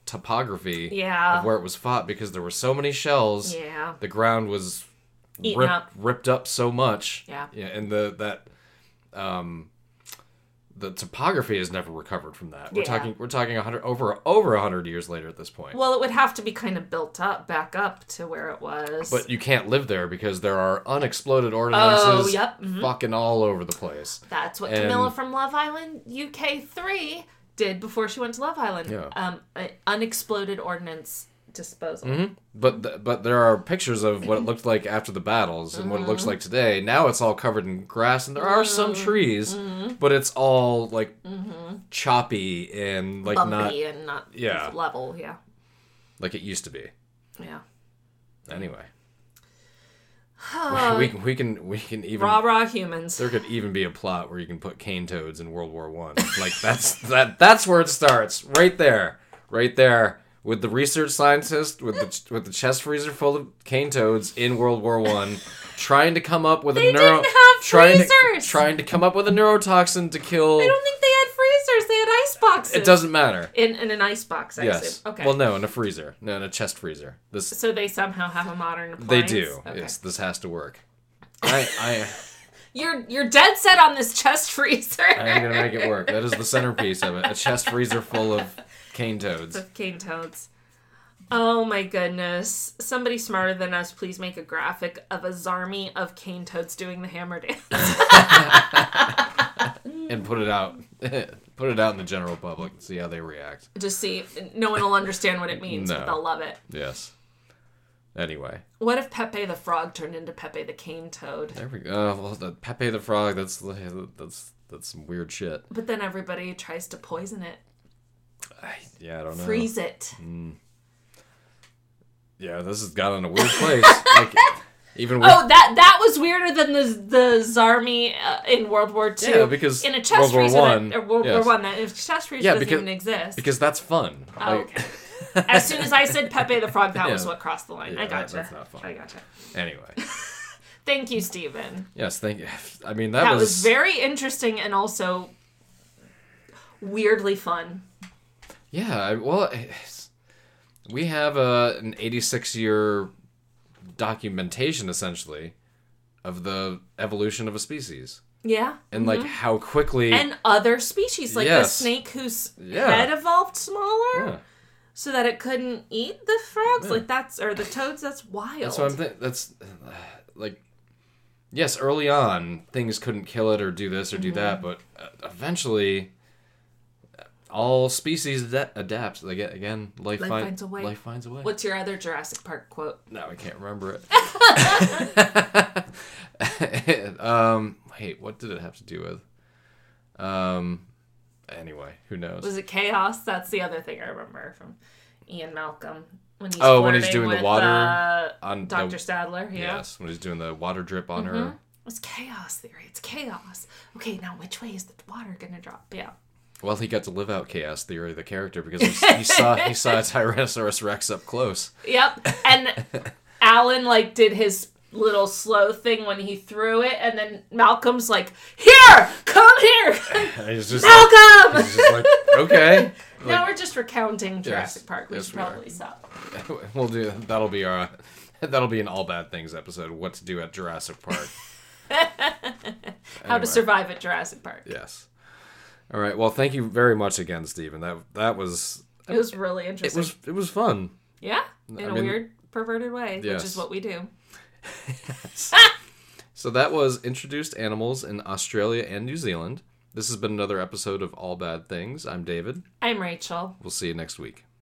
[SPEAKER 2] topography
[SPEAKER 3] Yeah.
[SPEAKER 2] of where it was fought because there were so many shells.
[SPEAKER 3] yeah
[SPEAKER 2] The ground was
[SPEAKER 3] Eaten
[SPEAKER 2] ripped
[SPEAKER 3] up.
[SPEAKER 2] ripped up so much.
[SPEAKER 3] Yeah.
[SPEAKER 2] Yeah, and the that um the topography has never recovered from that. We're
[SPEAKER 3] Yeah.
[SPEAKER 2] talking we're talking 100 over over 100 years later at this point.
[SPEAKER 3] well it would have to be kind of built up back up to where it was
[SPEAKER 2] But you can't live there because there are unexploded ordinances
[SPEAKER 3] Oh, yep, mhm.
[SPEAKER 2] fucking all over the place.
[SPEAKER 3] That's what
[SPEAKER 2] And-
[SPEAKER 3] Camilla from Love Island UK 3 did before she went to Love Island.
[SPEAKER 2] Yeah.
[SPEAKER 3] Um, a- unexploded ordnance disposal.
[SPEAKER 2] Mm-hmm. But th- but there are pictures of what it looked like after the battles and what it looks like today. Now it's all covered in grass and there are some trees, but it's all like choppy and like not
[SPEAKER 3] Bumpy and not
[SPEAKER 2] yeah.
[SPEAKER 3] level. Yeah.
[SPEAKER 2] like it used to be.
[SPEAKER 3] Yeah.
[SPEAKER 2] Anyway, we, we can we can even
[SPEAKER 3] Raw, raw humans.
[SPEAKER 2] there could even be a plot where you can put cane toads in World War One. Like that's that that's where it starts. Right there, right there, with the research scientist with the with the chest freezer full of cane toads in World War One, trying to come up with a neuro
[SPEAKER 3] didn't have
[SPEAKER 2] trying to,
[SPEAKER 3] freezers!
[SPEAKER 2] trying to come up with a neurotoxin to kill.
[SPEAKER 3] I don't think they had freezers. They had ice boxes.
[SPEAKER 2] It doesn't matter.
[SPEAKER 3] In, in an ice box, I
[SPEAKER 2] Yes.
[SPEAKER 3] assume. Okay.
[SPEAKER 2] Well, no, in a freezer, no, in a chest freezer. This
[SPEAKER 3] So they somehow have a modern
[SPEAKER 2] they
[SPEAKER 3] appliance.
[SPEAKER 2] do.
[SPEAKER 3] Okay.
[SPEAKER 2] It's this has to work. I I.
[SPEAKER 3] You're you're dead set on this chest [laughs] freezer.
[SPEAKER 2] I am gonna make it work. That is the centerpiece of it. A chest freezer full of cane toads.
[SPEAKER 3] of cane toads. Oh my goodness. Somebody smarter than us, please make a graphic of a zarmy of cane toads doing the hammer dance. [laughs]
[SPEAKER 2] And put it out [laughs] put it out in the general public and see how they react.
[SPEAKER 3] Just see, no one will understand what it means,
[SPEAKER 2] No.
[SPEAKER 3] but they'll love it.
[SPEAKER 2] Yes. Anyway.
[SPEAKER 3] What if Pepe the Frog turned into Pepe the Cane Toad?
[SPEAKER 2] There we go. Uh, well the Pepe the Frog, that's that's that's some weird shit.
[SPEAKER 3] But then everybody tries to poison it,
[SPEAKER 2] I, yeah, I don't know.
[SPEAKER 3] freeze it.
[SPEAKER 2] Yeah, this has gotten a
[SPEAKER 3] [laughs]
[SPEAKER 2] weird place. like even with
[SPEAKER 3] Oh, that that was weirder than the the Zarmy uh, in World War II.
[SPEAKER 2] Yeah, because
[SPEAKER 3] in a chest
[SPEAKER 2] World War
[SPEAKER 3] freezer,
[SPEAKER 2] One-
[SPEAKER 3] that, or World
[SPEAKER 2] yes.
[SPEAKER 3] War One, that if chest freezer
[SPEAKER 2] Yeah,
[SPEAKER 3] doesn't
[SPEAKER 2] because-
[SPEAKER 3] even exist.
[SPEAKER 2] because that's fun.
[SPEAKER 3] Oh,
[SPEAKER 2] Like,
[SPEAKER 3] okay. as soon as I said Pepe the Frog, that
[SPEAKER 2] [laughs] Yeah.
[SPEAKER 3] was what crossed the line.
[SPEAKER 2] Yeah,
[SPEAKER 3] I
[SPEAKER 2] that-
[SPEAKER 3] gotcha.
[SPEAKER 2] that's not fun.
[SPEAKER 3] I gotcha.
[SPEAKER 2] [laughs] Anyway.
[SPEAKER 3] Thank you, Steven.
[SPEAKER 2] Yes, thank you. I mean that,
[SPEAKER 3] That was... very interesting and also weirdly fun.
[SPEAKER 2] Yeah, I- well, [sighs] it's- we have a, an 86 year documentation essentially of the evolution of a species
[SPEAKER 3] Yeah.
[SPEAKER 2] and like how quickly.
[SPEAKER 3] Mm-hmm. And other species, like
[SPEAKER 2] Yes.
[SPEAKER 3] the snake whose
[SPEAKER 2] Yeah.
[SPEAKER 3] head evolved smaller
[SPEAKER 2] yeah,
[SPEAKER 3] so that it couldn't eat the frogs. Like that's, or the toads, that's wild.
[SPEAKER 2] that's what I'm thinking. That's [sighs] uh, like, yes, early on things couldn't kill it or do this or do
[SPEAKER 3] Mm-hmm.
[SPEAKER 2] that, but uh, eventually. uh, All species ad- adapt. Like again, life,
[SPEAKER 3] Life
[SPEAKER 2] fin-
[SPEAKER 3] finds a way.
[SPEAKER 2] Life finds a way.
[SPEAKER 3] What's your other Jurassic Park quote?
[SPEAKER 2] No, I can't remember
[SPEAKER 3] [laughs]
[SPEAKER 2] it. [laughs] um, wait, what did it have to do with? Um, anyway, who knows?
[SPEAKER 3] Was it chaos? That's the other thing I remember from Ian Malcolm. When he's
[SPEAKER 2] Oh, when he's
[SPEAKER 3] flirting
[SPEAKER 2] doing the
[SPEAKER 3] with,
[SPEAKER 2] water
[SPEAKER 3] uh,
[SPEAKER 2] on the-
[SPEAKER 3] Dr. Stadler. Yeah.
[SPEAKER 2] Yes, when he's doing the water drip on
[SPEAKER 3] Mm-hmm.
[SPEAKER 2] her.
[SPEAKER 3] It's chaos theory. It's chaos. Okay, now which way is the water gonna drop? Yeah.
[SPEAKER 2] Well, he got to live out chaos theory, the character, because he he saw he saw [laughs] a Tyrannosaurus Rex up close.
[SPEAKER 3] Yep. And Alan like did his little slow thing when he threw it, and then Malcolm's like, "Here, come here, [laughs]
[SPEAKER 2] And he's just like,
[SPEAKER 3] Malcolm."
[SPEAKER 2] he's just like, [laughs] okay,
[SPEAKER 3] now
[SPEAKER 2] Like,
[SPEAKER 3] we're just recounting Jurassic
[SPEAKER 2] Yes,
[SPEAKER 3] Park. We
[SPEAKER 2] yes,
[SPEAKER 3] should
[SPEAKER 2] we are.
[SPEAKER 3] probably stop.
[SPEAKER 2] we'll do that'll be our that'll be an all bad things episode. What to do at Jurassic Park?
[SPEAKER 3] [laughs] How to survive at Jurassic Park.
[SPEAKER 2] Yes. All right. Well, thank you very much again, Stephen. That that was
[SPEAKER 3] It was really
[SPEAKER 2] it
[SPEAKER 3] interesting.
[SPEAKER 2] was it was fun.
[SPEAKER 3] yeah, in a
[SPEAKER 2] mean-
[SPEAKER 3] weird, perverted way, which
[SPEAKER 2] Yes.
[SPEAKER 3] is what we do.
[SPEAKER 2] So that was Introduced Animals in Australia and New Zealand. This has been another episode of All Bad Things. I'm David.
[SPEAKER 3] I'm Rachel.
[SPEAKER 2] We'll see you next week.